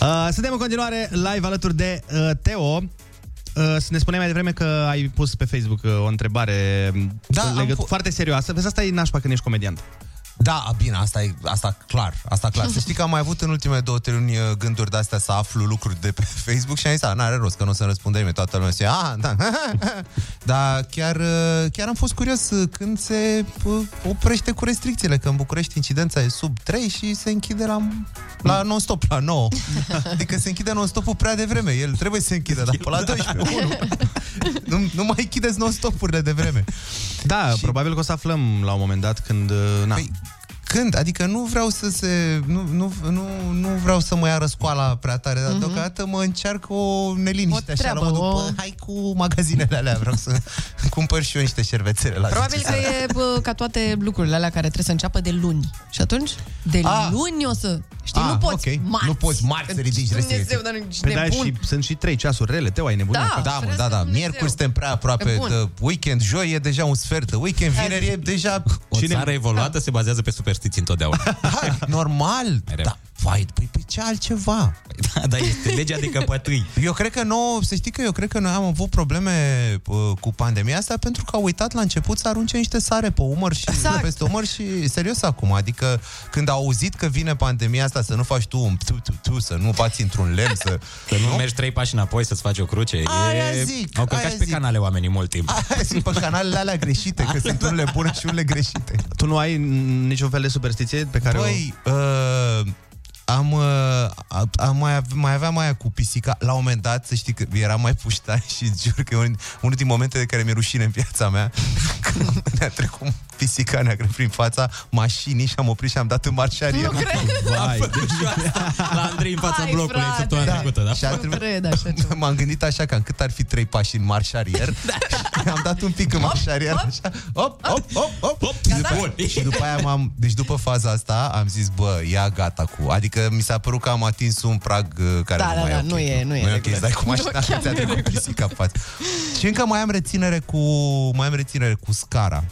S3: Uh, suntem în continuare live alături de uh, Teo. Uh, să ne spuneai mai devreme că ai pus pe Facebook uh, o întrebare
S13: Da,
S3: da,
S13: am
S3: legăt-
S13: pu-
S3: foarte serioasă. Vezi, asta e nașpa când ești comediant.
S13: Da, bine, asta e asta clar, asta clar. Să știi că am mai avut în ultimele două, trei luni uh, gânduri de astea să aflu lucruri de pe Facebook și am zis, "A, n-are rost, că nu o să răspundă nimeni, toată lumea zice, ah, da. Dar chiar, uh, chiar am fost curios uh, când se uh, oprește cu restricțiile, că în București incidența e sub 3 și se închide la, la non-stop, la 9. Adică se închide non-stopul prea devreme, el trebuie să se închidă, dar pe la 12, 1. Nu, nu mai închideți non-stopurile de vreme.
S3: Da, și... probabil că o să aflăm la un moment dat când... uh, Na. Păi,
S13: Când? Adică nu vreau să se... Nu, nu, nu, nu vreau să mă ia răscoala prea tare, dar mm-hmm. deocamdată mă încearcă o neliniște
S5: Mhm. O
S13: așa, la
S5: treabă,
S13: modul,
S5: o-
S13: bă, hai cu magazinele alea, vreau să cumpăr și eu niște șervețele la
S5: Probabil
S13: zece
S5: că
S13: seara.
S5: e bă, ca toate lucrurile alea care trebuie să înceapă de luni. Și atunci, de
S13: Ah.
S5: luni o să... Știi,
S13: Ah,
S5: nu poți
S13: ok.
S5: marți.
S13: Nu poți marți să ridici
S5: Dumnezeu,
S13: restricții.
S5: dar nu ești
S3: Păi da,
S5: nebun.
S3: și sunt și trei ceasuri rele, Teo, ai Păi- nebunit.
S5: Da,
S13: da, mă,
S5: ferească
S13: da, da.
S5: Dumnezeu.
S13: Miercuri suntem prea aproape
S5: Bun.
S13: de weekend, joi e deja un sfert de weekend, vineri e deja...
S4: O Cine... țară
S3: Ah.
S4: evoluată se bazează pe superstiții întotdeauna.
S13: Hai, normal! Da, vai, păi, păi ce altceva?
S4: da, da, este legea de căpătâi.
S13: Eu cred că nouă, să știi că eu cred că noi am avut probleme uh, cu pandemia asta pentru că au uitat la început să arunce niște sare pe umăr și exact. peste umăr și serios acum, adică când au auzit că vine pandemia asta să nu faci tu un tu, tu, tu să nu bați într-un lemn, să...
S4: Că nu mergi trei pași înapoi să-ți faci o cruce.
S13: Aia
S4: e...
S13: zic,
S4: Au călcat
S13: aia
S4: și pe
S13: zic.
S4: canale oamenii mult timp.
S13: Aia zic, pe canalele alea greșite, că sunt unele bune și unele greșite.
S3: Tu nu ai mm, niciun fel de superstiție pe care o...
S13: Băi, uh, am, uh, a- am mai, ave- mai aveam aia cu pisica. La un moment dat, să știi că eram mai puștan și îți jur că e un, unul din momentele de care mi-e rușine în viața mea. Când ne-a trecut pisica neagră prin fața mașinii și am oprit și am dat în marșarie.
S5: Nu cred.
S3: Vai,
S4: deci- La Andrei în fața
S5: Hai,
S4: blocului
S5: frate.
S4: săptămâna trecută, da?
S13: Și a
S5: Nu
S13: trebuit,
S5: cred așa ceva.
S13: m-am gândit așa că cât ar fi trei pași în marșarier da. Am dat un pic în marșarier așa Op, op, op, op, op. Și, după, și după aia m-am Deci după faza asta am zis Bă, ia gata cu Adică mi s-a părut că am atins un prag uh, care
S5: Da,
S13: nu
S5: da,
S13: mai
S5: da,
S13: e ok,
S5: nu e- nu e
S13: Nu e ok,
S5: regulă.
S13: stai cu mașina
S5: Nu, chiar
S13: Ți-a
S5: nu e
S13: trecut
S5: regulă.
S13: pisica în față Și încă mai am reținere cu Mai am reținere cu scara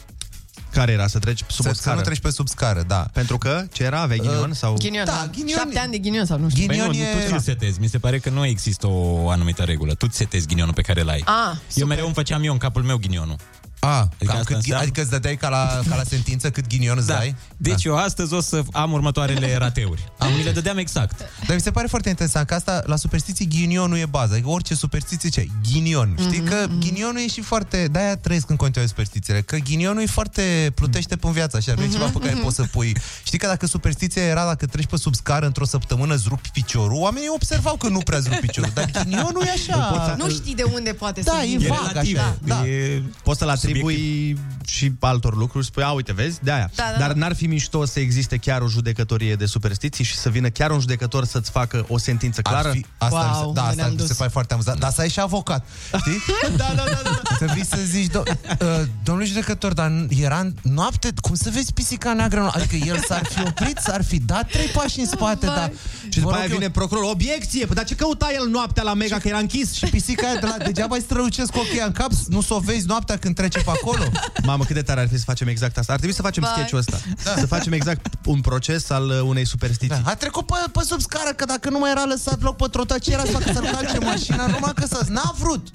S3: Care era?
S4: Păi
S3: Să treci sub
S13: Să,
S3: o
S13: să
S3: scară?
S13: nu treci pe sub scară, da
S3: Pentru că? Ce era? Aveai ghinion? sau...
S5: Ghinion,
S13: Da,
S5: da,
S13: ghinion
S5: Șapte
S13: e-
S5: ani de ghinion sau nu știu.
S4: Păi nu,
S13: Ghinion
S4: nu,
S13: e...
S4: tu ți-l setezi. Mi se pare că nu există o anumită regulă. Tu ți setezi ghinionul pe care l-ai.
S5: Ah,
S4: Eu
S5: super.
S4: mereu îmi făceam eu în capul meu ghinionul.
S13: A,
S4: Adică
S13: cam
S4: asta
S13: cât, ghi-
S4: înseamnă-
S13: adică îți dădeai ca la, ca la sentință cât ghinion îți
S4: Da.
S13: dai?
S4: Deci eu astăzi o să am următoarele rateuri. Am, mi le dădeam exact.
S13: Dar mi se pare foarte interesant că asta, la superstiții, ghinionul e baza. Adică orice superstiție ce ai, ghinion. Știi că ghinionul e și foarte... De-aia trăiesc în continuare superstițiile. Că ghinionul e foarte... plutește pe viața, așa. Nu e ceva pe care poți să pui... Știi că dacă superstiția era dacă treci pe sub scară într-o săptămână, îți rupi piciorul, oamenii observau că nu prea îți rupi piciorul. Dar ghinionul e așa...
S5: Nu știi de unde poate
S13: Da,
S5: să
S13: e
S5: vină.
S13: vag așa. Da.
S3: E... Poți să-l atribui și altor lucruri, spui, a, uite, vezi, de-aia.
S5: Da, da,
S3: Dar
S5: da.
S3: n-ar fi mișto să existe chiar o judecătorie de superstiții și să vină chiar un judecător să-ți facă o sentință clară?
S13: Ar fi, asta wow, mi se, da, asta mi se pare foarte amuzant. Dar să ai și avocat, știi? da, da, da, da. Să vii să zici, do- uh, domnule judecător, dar era în noapte, cum să vezi pisica neagră? în noapte?" Adică el s-ar fi oprit, s-ar fi dat trei pași în spate, dar...
S3: Și după aia vine procurorul, obiecție, păi dar ce căuta el noaptea la mega că era închis?
S13: Și pisica aia de la, degeaba îi strălucesc ochii în cap, nu s-o vezi noaptea când trece pe acolo.
S3: Mamă, cât de tare ar fi să facem exact asta. Ar trebui să facem
S13: Vai.
S3: sketch-ul ăsta. Să facem exact un proces al uh, unei superstiții.
S13: Da. A trecut pe, pe sub scară, că dacă nu mai era lăsat loc pe trotuar, ce era să facă să-l calce mașina? Numai că să N-a vrut!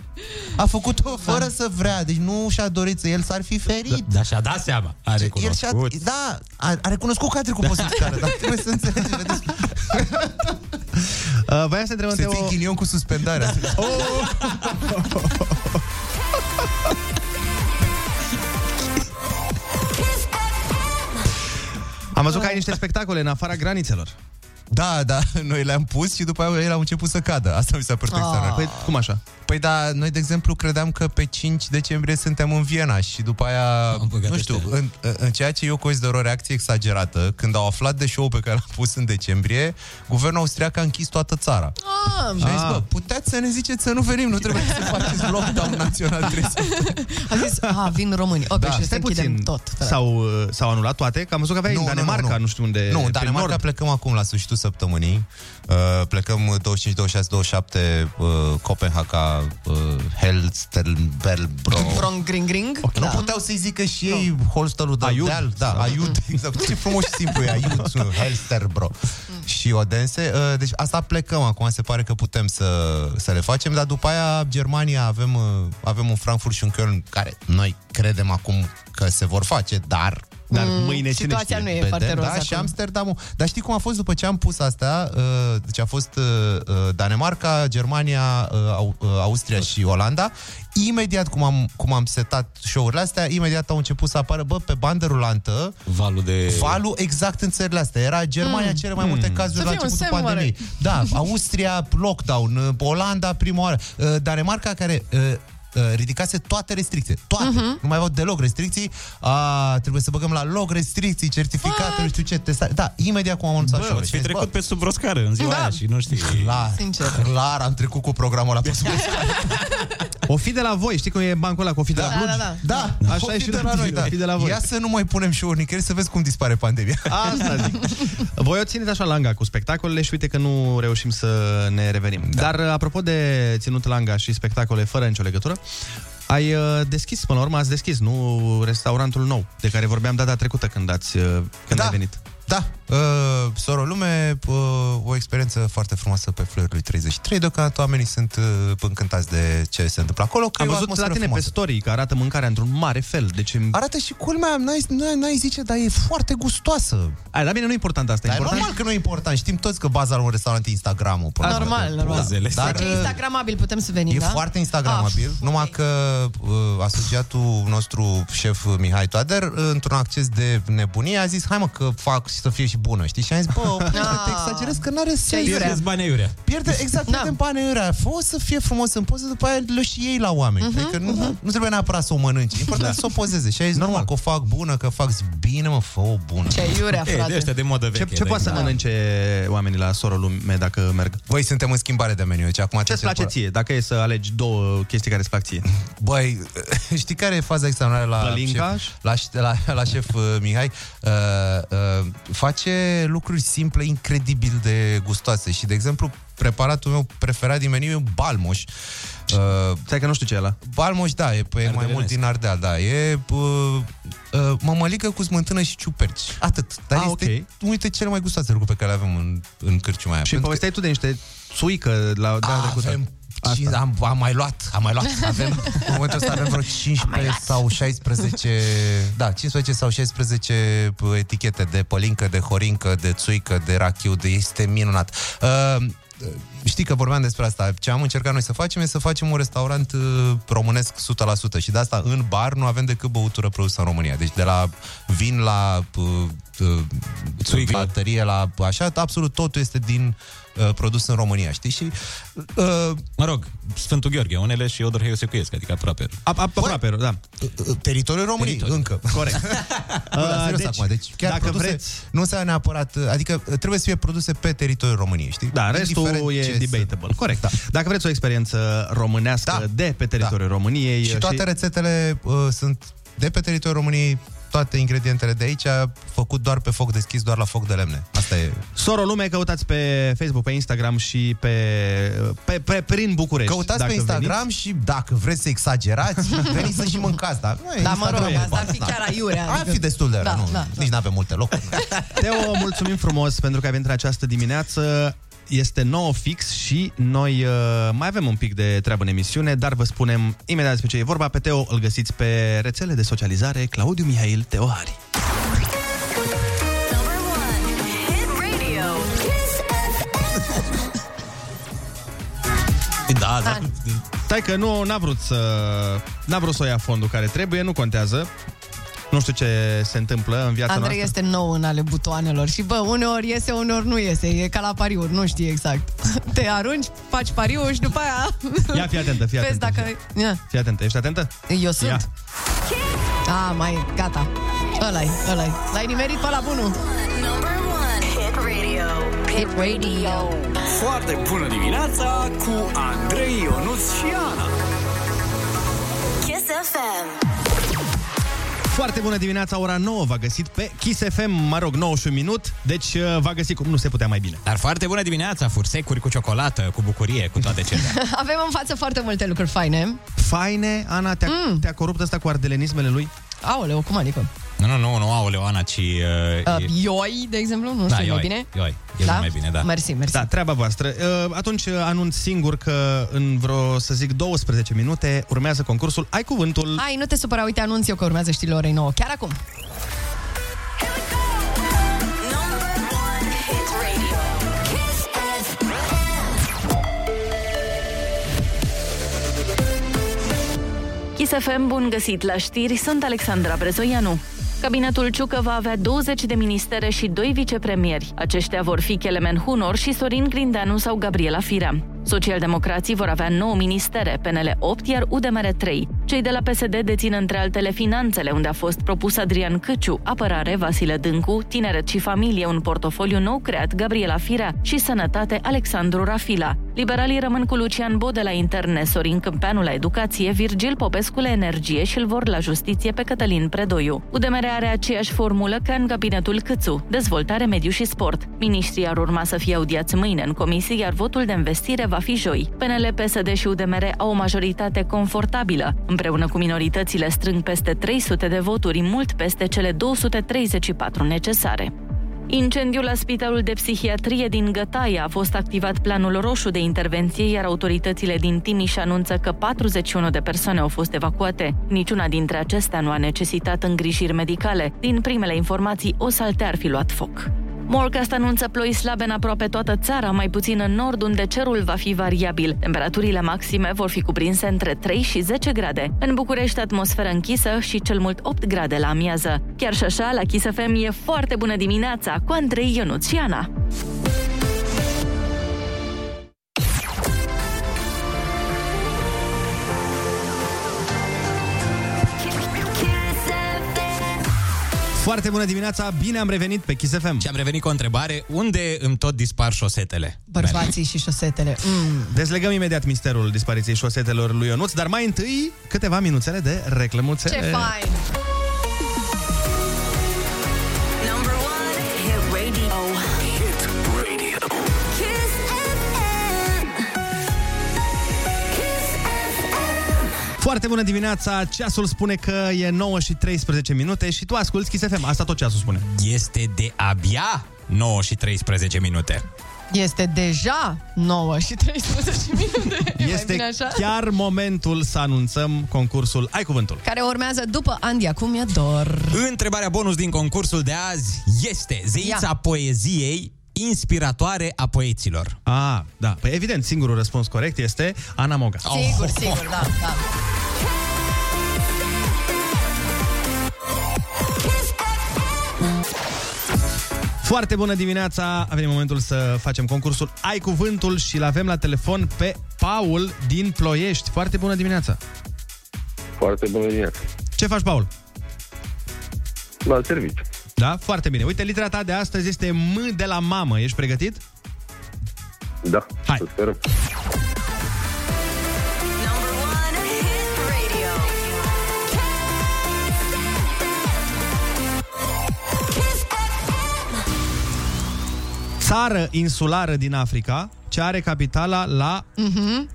S13: A făcut-o
S3: Da.
S13: fără să vrea, deci nu și-a dorit să el s-ar fi ferit.
S4: Dar Păi, da, și-a dat seama. A
S13: El și-a,
S4: recunoscut.
S13: da, a, a recunoscut că a trecut pe sub scară, dar trebuie să înțelegi. vedeți.
S3: Uh, voiam să întrebăm
S13: Se
S3: Teo-
S13: ții ghinion cu suspendarea.
S3: Oh! Am văzut că ai niște spectacole în afara granițelor.
S13: Da, da, noi le-am pus și după aia ele au început să cadă. Asta mi s-a părut
S3: Ah.
S13: extraordinar.
S3: Păi, cum așa?
S13: Păi da, noi, de exemplu, credeam că pe 5 decembrie suntem în Viena și după aia, nu știu, în, în ceea ce eu consider o reacție exagerată, când au aflat de show pe care l-am pus în decembrie, guvernul austriac a închis toată țara.
S3: Ah.
S5: Am.
S13: Și a zis, bă, puteți să ne ziceți să nu venim, nu trebuie să faceți lockdown național. trebuie să-"
S5: A zis,
S13: Ah.
S5: a, vin români. Ok, da, și să închidem tot.
S3: S-au, uh, s-au anulat toate, că am văzut că aveai
S13: Nu,
S3: în
S13: nu, nu,
S3: Danemarca, nu,
S13: nu.
S3: știu unde.
S13: Nu, în
S3: pe
S13: Danemarca
S3: nord.
S13: plecăm acum la sfârșitul săptămânii. Uh, plecăm 25, 26, 27 uh, Copenhaga, uh, Helsternbergbro.
S5: Vrong, gring, gring. Da.
S13: Okay, Nu puteau să-i zică și ei holsterul de
S3: Aiud.
S13: deal, da, aiud, exact. Ce frumos și simplu e aiud, nu, helster, bro. Și odense, uh, deci asta plecăm acum, se pare că putem să, să le facem, dar după aia Germania avem, uh, avem un Frankfurt și un Köln care noi credem acum că se vor face, dar
S5: Dar Mm, mâine cine situația știe? nu e foarte roz
S13: da, și
S5: acum.
S13: Amsterdamul. Dar știi cum a fost după ce am pus asta? Uh, Deci a fost uh, uh, Danemarca, Germania, uh, Au- uh, Austria și Olanda. Imediat cum am, cum am setat show-urile astea, imediat au început să apară, bă, pe bandă rulantă,
S4: Valul de...
S13: valul exact în țările astea. Era Germania
S4: Mm.
S13: cele mai multe
S4: Mm.
S13: cazuri
S4: Să
S13: la
S4: fie un
S13: începutul
S4: semn,
S13: pandemiei. Da, Austria, lockdown, uh, Olanda, prima oară. Uh, Danemarca, care uh, uh, ridicase toate restricțiile. Toate.
S4: Mhm.
S13: Nu mai aveau deloc restricții. A, trebuie să băgăm la loc restricții, certificate, nu știu ce, testare. Da, imediat cum am anunțat
S4: Bă,
S13: show-ul.
S4: ați
S13: Și
S4: fi
S13: am zis,
S4: trecut
S13: bă,
S4: pe sub o scară în ziua
S13: Da.
S4: aia și nu știi.
S13: Clar, clar am trecut cu programul ăla pe sub
S3: O fi de la voi, știi cum e bancul ăla, cu o fi de la
S13: Da,
S3: Cluj?
S13: da, da. Da,
S3: așa
S13: o
S3: e
S13: fi
S3: și
S13: de la noi, da.
S3: fi de la voi.
S13: Ia să nu mai punem show-uri nicăieri să vezi cum dispare pandemia.
S3: Asta zic. Voi o țineți așa langa cu spectacolele și uite că nu reușim să ne revenim. Da. Dar apropo de ținut langa și spectacole fără nicio legătură, ai uh, deschis, până la urmă ați deschis, nu restaurantul nou, de care vorbeam data trecută când ați uh, când da. ai venit.
S13: Da, uh, Soro Lume, uh, o experiență foarte frumoasă pe Florului 33. Deocamdată oamenii sunt uh, încântați de ce se întâmplă acolo. Că
S3: Am
S13: e o
S3: văzut la
S13: atmosferă
S3: tine
S13: frumoasă.
S3: pe story că arată mâncarea într-un mare fel. Deci...
S13: Arată și culmea, n-ai, n-ai, n-ai zice, dar e foarte gustoasă.
S3: Ai, dar bine, nu e important asta.
S13: Dar e
S3: important-
S13: normal că nu e important. Știm toți că baza la un restaurant e Instagram-ul. până la urmă. Da.
S5: Normal, normal.
S13: Dar,
S5: Deci e instagramabil, putem să venim,
S13: E
S5: da?
S13: foarte instagramabil, ah, numai că uh, asociatul nostru șef Mihai Toader, uh, într-un acces de nebunie, a zis, hai mă că fac și să fie și bună, știi? Și am zis, bă,
S5: Ah.
S13: te exagerez că n-are sens.
S4: Pierdeți bani aiurea.
S13: Pierde, exact, pierdem banii aiurea. Fă să fie frumos în poză, după aia le și ei la oameni.
S4: Mhm,
S13: Uh-huh, adică nu, nu trebuie neapărat să o mănânci. E important să o pozeze. Și ai zis, normal, că o fac bună, că fac zi, bine, mă, fă o bună.
S5: Ce aiurea,
S4: E, frate. de ăștia de modă
S3: Ce,
S4: veche,
S3: ce
S4: da,
S3: poate să
S4: da.
S3: mănânce oamenii la Soro Lume dacă merg?
S13: Voi suntem în schimbare de meniu, deci acum
S3: ce-ți place ție, dacă e să alegi două chestii care îți plac ție?
S13: Băi, știi care e faza extraordinară la
S3: Plălincaș?
S13: șef, la, ș- la, la șef uh, Mihai? Uh, uh, face lucruri simple, incredibil de gustoase. Și, de exemplu, preparatul meu preferat din meniu e balmoș. Uh,
S3: Stai că nu știu ce e ăla.
S13: Balmoș, da, e, e mai mult din Ardeal, da. E uh, uh, mămăligă cu smântână și ciuperci. Atât. Dar
S3: Ah,
S13: este okay. unul dintre cele mai gustoase lucruri pe care le avem în, în cârciuma aia.
S3: Și povesteai tu de niște țuică la data Da, trecută.
S13: Avem Cin- am, am mai luat, am mai luat. Avem, în momentul ăsta avem vreo 15 sau 16, da, 15 sau 16 etichete de pălincă, de horincă, de țuică, de rachiu, de este minunat. Uh, știi că vorbeam despre asta. Ce am încercat noi să facem e să facem un restaurant uh, românesc 100% și de asta în bar nu avem decât băutură produsă în România. Deci de la vin la uh, uh, la tărie, la așa, absolut totul este din uh, produs în România, știi? Și uh,
S4: Mă rog, Sfântul Gheorghe, unele și Odor Heusecuiesc, adică aproape.
S3: Aproape, da.
S13: Teritoriul României, încă.
S3: Corect.
S13: Nu, dar serios
S3: deci,
S13: acum, deci chiar
S3: dacă
S13: dacă produse,
S3: vreți-
S13: vreți... nu se neapărat, adică trebuie să fie produse pe teritoriul României, știi?
S3: Da, restul e debatable. Corect. Da. Dacă vreți o experiență românească da. de pe teritoriul da. României
S13: Și toate rețetele uh, sunt de pe teritoriul României, toate ingredientele de aici, făcut doar pe foc deschis, doar la foc de lemne. Asta e.
S3: Soro Lume, căutați pe Facebook, pe Instagram și pe, pe, pe prin București.
S13: Căutați pe Instagram și dacă vreți să exagerați, veniți să și mâncați, da? Nu e
S3: Da, mă rog,
S13: Instagram,
S3: asta ar
S13: bă,
S3: fi
S13: da.
S3: chiar aiurea,
S13: Ar
S3: adică-
S13: fi destul de
S3: Da,
S13: da, nu,
S3: da, da.
S13: nici n-avem multe locuri. nu.
S3: Teo, mulțumim frumos pentru că ai venit în această dimineață. Este 9 fix și noi uh, mai avem un pic de treabă în emisiune, dar vă spunem imediat despre ce e vorba. Pe Teo îl găsiți pe rețele de socializare Claudiu Mihail Teohari.
S12: Hit radio. Kiss
S4: Da,
S12: da.
S3: Stai că nu, n-a vrut să, n-a vrut să o ia fondul care trebuie, nu contează. Nu știu ce se întâmplă în viața
S5: Andrei
S3: noastră.
S5: este nou în ale butoanelor și, bă, uneori iese, uneori nu iese. E ca la pariuri, nu știi exact. Te arunci, faci pariuri și după aia...
S3: Ia, fii atentă, fii
S5: Vezi
S3: atentă.
S5: dacă... Ia.
S3: Fii atentă, ești atentă?
S5: Eu sunt.
S3: Ia.
S5: A, mai, gata. Ăla-i, ăla-i. L-ai nimerit pe la bunul.
S12: Hit radio.
S5: Hit radio.
S1: Foarte bună dimineața cu Andrei Ionuț și Ana.
S12: Kiss FM.
S3: Foarte bună dimineața, ora 9 v-a găsit pe Kiss FM, mă rog, 9 și un minut, deci uh, v-a găsit cum nu se putea mai bine.
S4: Dar foarte bună dimineața, fursecuri cu ciocolată, cu bucurie, cu toate cele.
S5: Avem în față foarte multe lucruri faine.
S3: Faine, Ana, te-a, mm. te-a corupt asta cu ardelenismele lui?
S5: Aoleu, cum adică?
S4: nu, nu, nu, nu, aoleu, Ana, ci... Uh,
S5: Uh, Ioi, de exemplu, nu
S4: Da,
S5: știu, mai
S4: Ioi,
S5: bine?
S4: Ioi. E
S5: Da?
S4: mult mai bine, da.
S5: Mersi, mersi.
S3: Da, treaba voastră. Uh, Atunci uh, anunț singur că în vreo, să zic, 12 minute urmează concursul Ai Cuvântul.
S5: Hai, nu te supăra, uite, anunț eu că urmează știrile orei 9, chiar acum.
S12: Hit radio. Kiss
S6: Kiss FM, bun găsit la știri, sunt Alexandra Brezoianu. Cabinetul Ciucă va avea 20 de ministere și 2 vicepremieri. Aceștia vor fi Kelemen Hunor și Sorin Grindeanu sau Gabriela Firea. Socialdemocrații vor avea 9 ministere, PNL 8, iar UDMR 3. Cei de la PSD dețin între altele finanțele, unde a fost propus Adrian Căciu, apărare Vasile Dâncu, tineret și familie, un portofoliu nou creat Gabriela Firea și sănătate Alexandru Rafila. Liberalii rămân cu Lucian Bode la interne, Sorin Câmpeanu la educație, Virgil Popescu la energie și îl vor la justiție pe Cătălin Predoiu. UDMR are aceeași formulă ca în cabinetul Câțu, dezvoltare, mediu și sport. Ministrii ar urma să fie audiați mâine în comisie, iar votul de investire va fi joi. PNL, PSD și UDMR au o majoritate confortabilă. Împreună cu minoritățile strâng peste 300 de voturi, mult peste cele 234 necesare. Incendiul la Spitalul de Psihiatrie din Gătaia a fost activat planul roșu de intervenție, iar autoritățile din Timiș anunță că 41 de persoane au fost evacuate. Niciuna dintre acestea nu a necesitat îngrijiri medicale. Din primele informații, o saltea ar fi luat foc. Morcast anunță ploi slabe în aproape toată țara, mai puțin în nord, unde cerul va fi variabil. Temperaturile maxime vor fi cuprinse între 3 și 10 grade. În București, atmosferă închisă și cel mult 8 grade la amiază. Chiar și așa, la Kiss FM e foarte bună dimineața cu Andrei Ionuț și Ana.
S3: Foarte bună dimineața, bine am revenit pe Kiss FM.
S4: Și am revenit cu o întrebare, unde îmi tot dispar șosetele?
S5: Bărbații și șosetele. Mm.
S3: Dezlegăm imediat misterul dispariției șosetelor lui Ionuț, dar mai întâi câteva minuțele de reclămuțe.
S5: Ce fain!
S12: Number one. Hit radio. Hit radio. Kiss FM. Kiss FM.
S3: Foarte bună dimineața, ceasul spune că e 9 și 13 minute și tu asculti Kiss FM, asta tot ceasul spune.
S4: Este de abia 9 și 13 minute.
S5: Este deja 9 și 13 minute. E mai
S3: Este
S5: bine așa?
S3: chiar momentul să anunțăm concursul Ai Cuvântul.
S5: Care urmează după Andy, acum e dor.
S4: Întrebarea bonus din concursul de azi este zeița
S5: Ia.
S4: poeziei inspiratoare a poeților.
S3: A, da. Păi evident, singurul răspuns corect este Ana Moga.
S5: Sigur, sigur, da, da.
S3: Foarte bună dimineața! A venit momentul să facem concursul Ai Cuvântul și l avem la telefon pe Paul din Ploiești. Foarte bună dimineața!
S15: Foarte bună dimineața.
S3: Ce faci, Paul?
S15: La serviciu.
S3: Da? Foarte bine. Uite, litera ta de astăzi este M de la mamă. Ești pregătit?
S15: Da. Hai. Să sperăm.
S3: Țară insulară din Africa, ce are capitala la
S5: Mhm.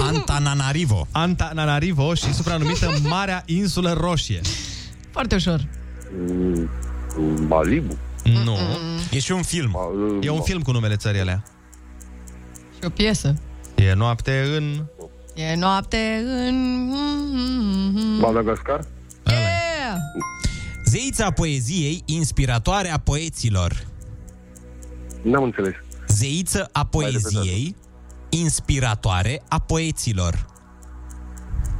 S3: Antananarivo. Antananarivo și supranumită Marea Insulă Roșie.
S5: Foarte ușor.
S15: Mm, Malibu. Mm,
S3: Nu.
S4: E și un film.
S3: E un film cu numele țării alea.
S5: Și o piesă.
S3: E noapte în...
S5: E noapte în... Mm-hmm.
S15: Madagascar?
S5: Yeah!
S4: Zeița poeziei inspiratoare a poeților.
S15: N-am înțeles.
S4: Zeiță a poeziei inspiratoare a poeților.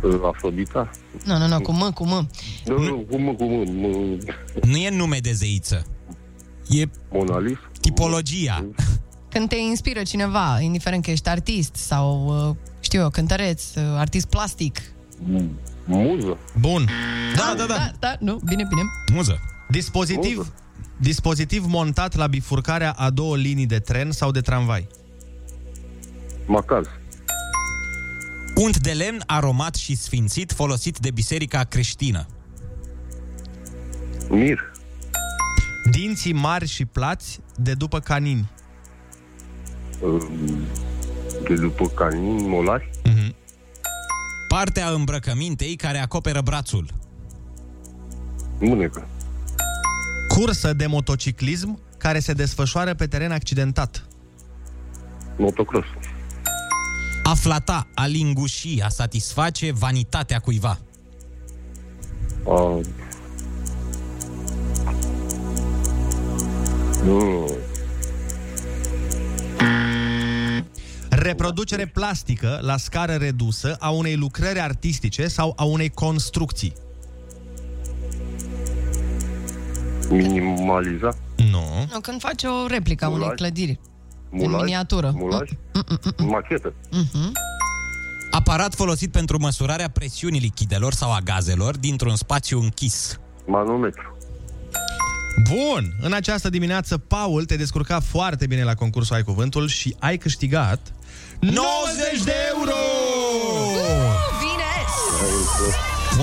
S15: Mm, Afrodita? Mm,
S5: Nu, nu, nu, cu mă, cu mă.
S3: Mm.
S15: Nu, nu, cu mă, cu mă. mă.
S4: Nu e nume de zeiță. E
S15: Mona Lisa?
S4: tipologia.
S5: Când te inspiră cineva, indiferent că ești artist sau, uh, știu eu, cântăreț, uh, artist plastic.
S15: Muză?
S3: Bun.
S4: Da, da, da.
S5: Da, da, nu, bine, bine.
S4: Muză.
S3: Dispozitiv, dispozitiv montat la bifurcarea a două linii de tren sau de tramvai.
S15: Macaz.
S4: Unt de lemn aromat și sfințit folosit de biserica creștină.
S15: Mir?
S3: Dinții mari și plați de după canini.
S15: Mm, De după canin, molari?
S4: Partea îmbrăcămintei care acoperă brațul.
S15: Mânecă.
S3: Cursă de motociclism care se desfășoară pe teren accidentat.
S15: Motocross.
S4: A flata, a linguși, a satisface vanitatea cuiva.
S15: A... Nu.
S3: Reproducere plastică la scară redusă a unei lucrări artistice sau a unei construcții.
S15: Minimaliza?
S3: Nu.
S5: Nu, când faci o replică a
S15: Mulaj.
S5: unei clădiri.
S15: Mulaj?
S5: În miniatură. Mm,
S15: Mulaj? Machetă.
S5: Mhm.
S4: Aparat folosit pentru măsurarea presiunii lichidelor sau a gazelor dintr-un spațiu închis.
S15: Manometru.
S3: Bun! În această dimineață, Paul, te descurca foarte bine la concursul Ai Cuvântul și ai câștigat 90 de euro!
S5: Bine!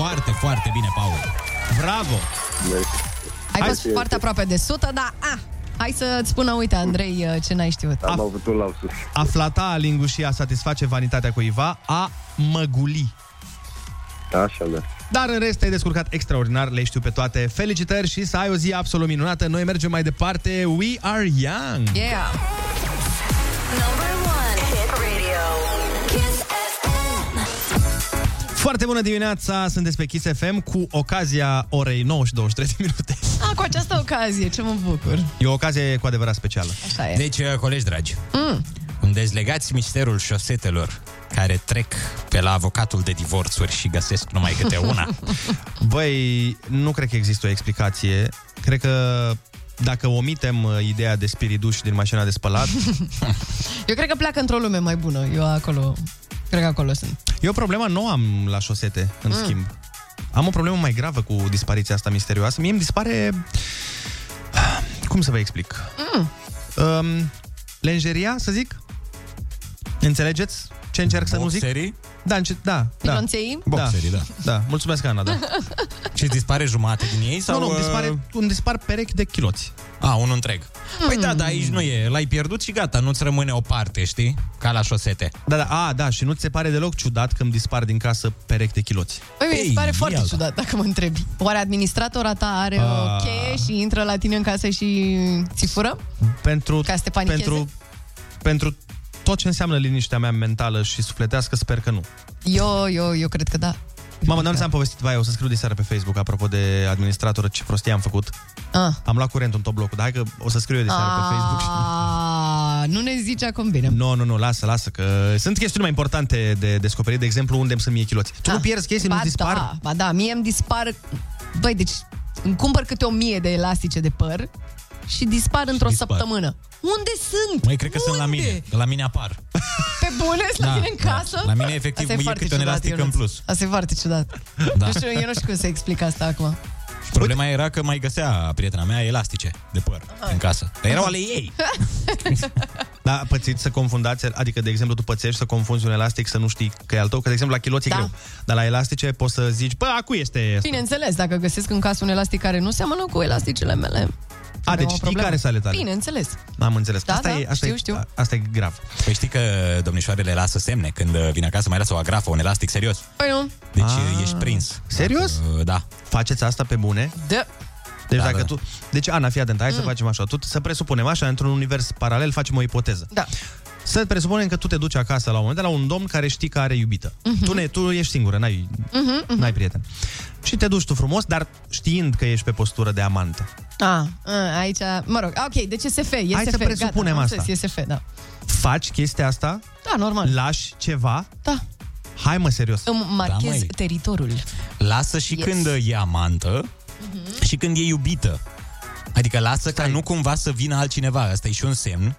S4: Foarte, foarte bine, Paul.
S3: Bravo!
S5: Ai fost foarte aproape de 100, dar a, hai să-ți spună, uite, Andrei, uh, ce n-ai știut.
S15: Am avut un lapsus.
S3: A flata, a linguși, a satisface vanitatea cuiva, a măguli.
S15: Așa, da.
S3: Dar în rest te-ai descurcat extraordinar, le știu pe toate. Felicitări și să ai o zi absolut minunată. Noi mergem mai departe. We are young!
S5: Yeah!
S12: Number one hit radio. Kiss FM.
S3: Foarte bună dimineața, sunteți pe Kiss FM cu ocazia orei 9 și 23 de minute.
S5: A, Ah, cu această ocazie, ce mă bucur.
S3: E o ocazie cu adevărat specială.
S5: Așa e.
S4: Deci, colegi dragi,
S5: Mm.
S4: îmi dezlegați misterul șosetelor care trec pe la avocatul de divorțuri și găsesc numai câte una.
S3: Băi, nu cred că există o explicație. Cred că dacă omitem uh, ideea de spiriduș din mașina de spălat,
S5: Eu cred că pleacă într-o lume mai bună. Eu acolo, cred că acolo sunt.
S3: eu problema nu am la șosete, în
S5: Mm.
S3: schimb. Am o problemă mai gravă cu dispariția asta misterioasă. Mie îmi dispare... Cum să vă explic?
S5: Mm.
S3: Um, lenjeria, să zic? Înțelegeți ce încerc să nu zic?
S4: Boxerii?
S3: Da, înce- da, da.
S5: Pilonței?
S4: Boxerii, da.
S3: Da, mulțumesc, Ana, da.
S4: Și dispare jumate din ei? Sau,
S3: nu, nu, îmi
S4: uh,
S3: dispare, îmi dispar perechi de chiloți.
S4: A, unul întreg. Păi da, da, aici nu e. L-ai pierdut și gata, nu-ți rămâne o parte, știi? Ca la șosete.
S3: Da, da, a, da, și nu ți se pare deloc ciudat când dispar din casă perechi de chiloți?
S5: Păi mi
S4: Ei,
S5: se pare
S4: ia
S5: foarte
S4: da.
S5: ciudat dacă mă întrebi. Oare administratora ta are
S3: Ah.
S5: o cheie și intră la tine în casă și ți fură?
S3: Pentru,
S5: Ca să te panicheze?
S3: pentru Pentru tot ce înseamnă liniștea mea mentală și sufletească, sper că nu.
S5: Eu, eu, eu cred că da.
S3: Mamă, n-am ți-am povestit, vai, o să scriu de seară pe Facebook, apropo de administratoră, ce prostie am făcut.
S5: Ah.
S3: Am luat curent în tot blocul, dar hai că o să scriu eu de seară pe Facebook.
S5: A, Ah, nu ne zici acum bine.
S3: Nu, nu, nu, lasă, lasă, că sunt chestiuni mai importante de descoperit, de exemplu, unde îmi sunt mie chiloți. Tu nu
S5: Ah.
S3: pierzi chestii,
S5: ba
S3: nu dispar?
S5: Da, ba da, mie îmi dispar... Băi, deci îmi cumpăr câte o mie de elastice de păr și dispar într-o
S4: dispar.
S5: săptămână. Unde sunt?
S4: Mai cred că
S5: Unde?
S4: sunt la mine, că la mine apar.
S5: Pe bune? Sunt la
S4: Da,
S5: tine în
S4: da.
S5: casă?
S4: La mine, efectiv,
S5: Asta
S4: e
S5: foarte
S4: câte un
S5: ciudat,
S4: elastic în
S5: Ionuț.
S4: plus.
S5: Asta e foarte ciudat.
S4: Da.
S5: Nu știu, eu nu știu cum să explic asta acum.
S4: Și problema era că mai găsea prietena mea elastice de păr în casă. Dar erau ale ei.
S3: Da, pățiți să confundați, adică, de exemplu, tu pățești să confunzi un elastic să nu știi că e al tău, că, de exemplu, la chiloți
S5: Da.
S3: e greu, dar la elastice poți să zici, bă, acu este asta.
S5: Bineînțeles, dacă găsesc în casă un elastic care nu seamănă cu elasticele mele.
S3: A,
S5: avem
S3: deci
S5: o
S3: știi
S5: problemă.
S3: care sunt ale tale.
S5: Bineînțeles.
S3: Am înțeles.
S5: Da,
S3: asta
S5: da,
S3: e, asta
S5: știu,
S3: e,
S5: știu.
S3: a- Asta e grav.
S4: Păi știi că domnișoarele lasă semne când uh, vin acasă, mai lasă o agrafă, un elastic serios.
S5: Păi nu.
S4: Deci uh, ești prins.
S3: Serios?
S4: Da.
S3: Faceți asta pe bune?
S5: Da.
S3: Deci
S4: Da,
S3: da, dacă
S4: da.
S3: da. tu... Deci, Ana, fii atentă, hai mm. să
S4: Mm.
S3: facem așa. Tu, să presupunem așa, într-un univers paralel facem o ipoteză.
S5: Da.
S3: Să presupunem că tu te duci acasă la un moment dat la un domn care știi că are iubită. Mm-hmm. Tu, ne, tu ești singură, n-ai,
S5: Mhm, mhm.
S3: n-ai prieten. Și te duci tu frumos, dar știind că ești pe postură de amantă.
S4: Ah.
S5: A, a, Ah, aici, mă rog, ok, deci e SF, e
S3: Hai
S5: SF,
S3: să presupunem
S5: gata, am
S3: asta.
S5: înțeles, E SF, da.
S3: Faci chestia asta?
S5: Da, normal.
S3: Lași ceva?
S5: Da.
S3: Hai mă, serios.
S5: Îmi
S4: Da,
S5: marchez
S4: măi.
S5: teritoriul.
S4: Lasă și
S5: Yes. Mhm.
S4: yes. când uh, e amantă uh-huh. și când e iubită. Adică lasă ca nu cumva să vină altcineva. Asta e și un semn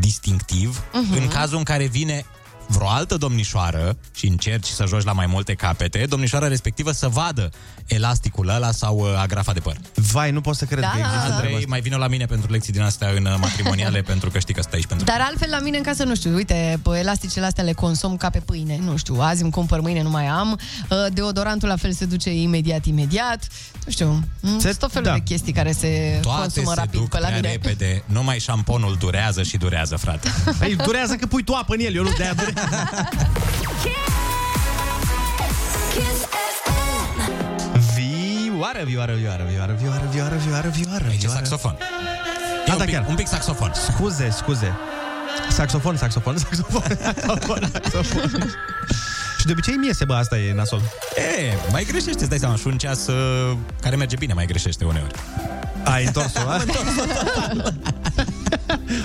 S4: distinctiv.
S5: Mhm.
S4: Uh-huh. În cazul în care vine vreo altă domnișoară și încerci să joci la mai multe capete, domnișoara respectivă să vadă elasticul ăla sau uh, agrafa de păr.
S3: Vai, nu pot să cred
S5: Da,
S3: că
S5: da,
S3: există
S5: da.
S3: treaba
S4: Andrei,
S3: asta.
S4: mai vină la mine pentru lecții din astea în uh, matrimoniale, pentru că știi că stai aici pentru...
S5: Dar altfel la mine în casă, nu știu, uite, bă, elasticele astea le consum ca pe pâine, nu știu, azi îmi cumpăr, mâine nu mai am, Uh, deodorantul la fel se duce imediat, imediat, nu știu, mm, sunt tot felul
S4: da.
S5: de chestii care se
S4: Toate
S5: consumă
S4: se
S5: rapid
S4: duc
S5: pe la
S4: prea
S5: mine.
S4: repede, numai șamponul durează și durează, frate.
S3: Păi durează că pui tu apă în el, eu nu de-aia durează. Vioară, vioară, vioară, vioară, vioară, vioară, vioară, vioară. Aici
S4: saxofon.
S3: Da,
S4: un
S3: da,
S4: pic-
S3: chiar.
S4: un pic saxofon.
S3: Scuze, scuze. Saxofon, saxofon, saxofon, saxofon, saxofon. Și de obicei mie se bă, asta e nasol.
S4: E, mai greșește, îți dai seama, și un ceas uh, care merge bine mai greșește uneori.
S3: Ai întors-o, a?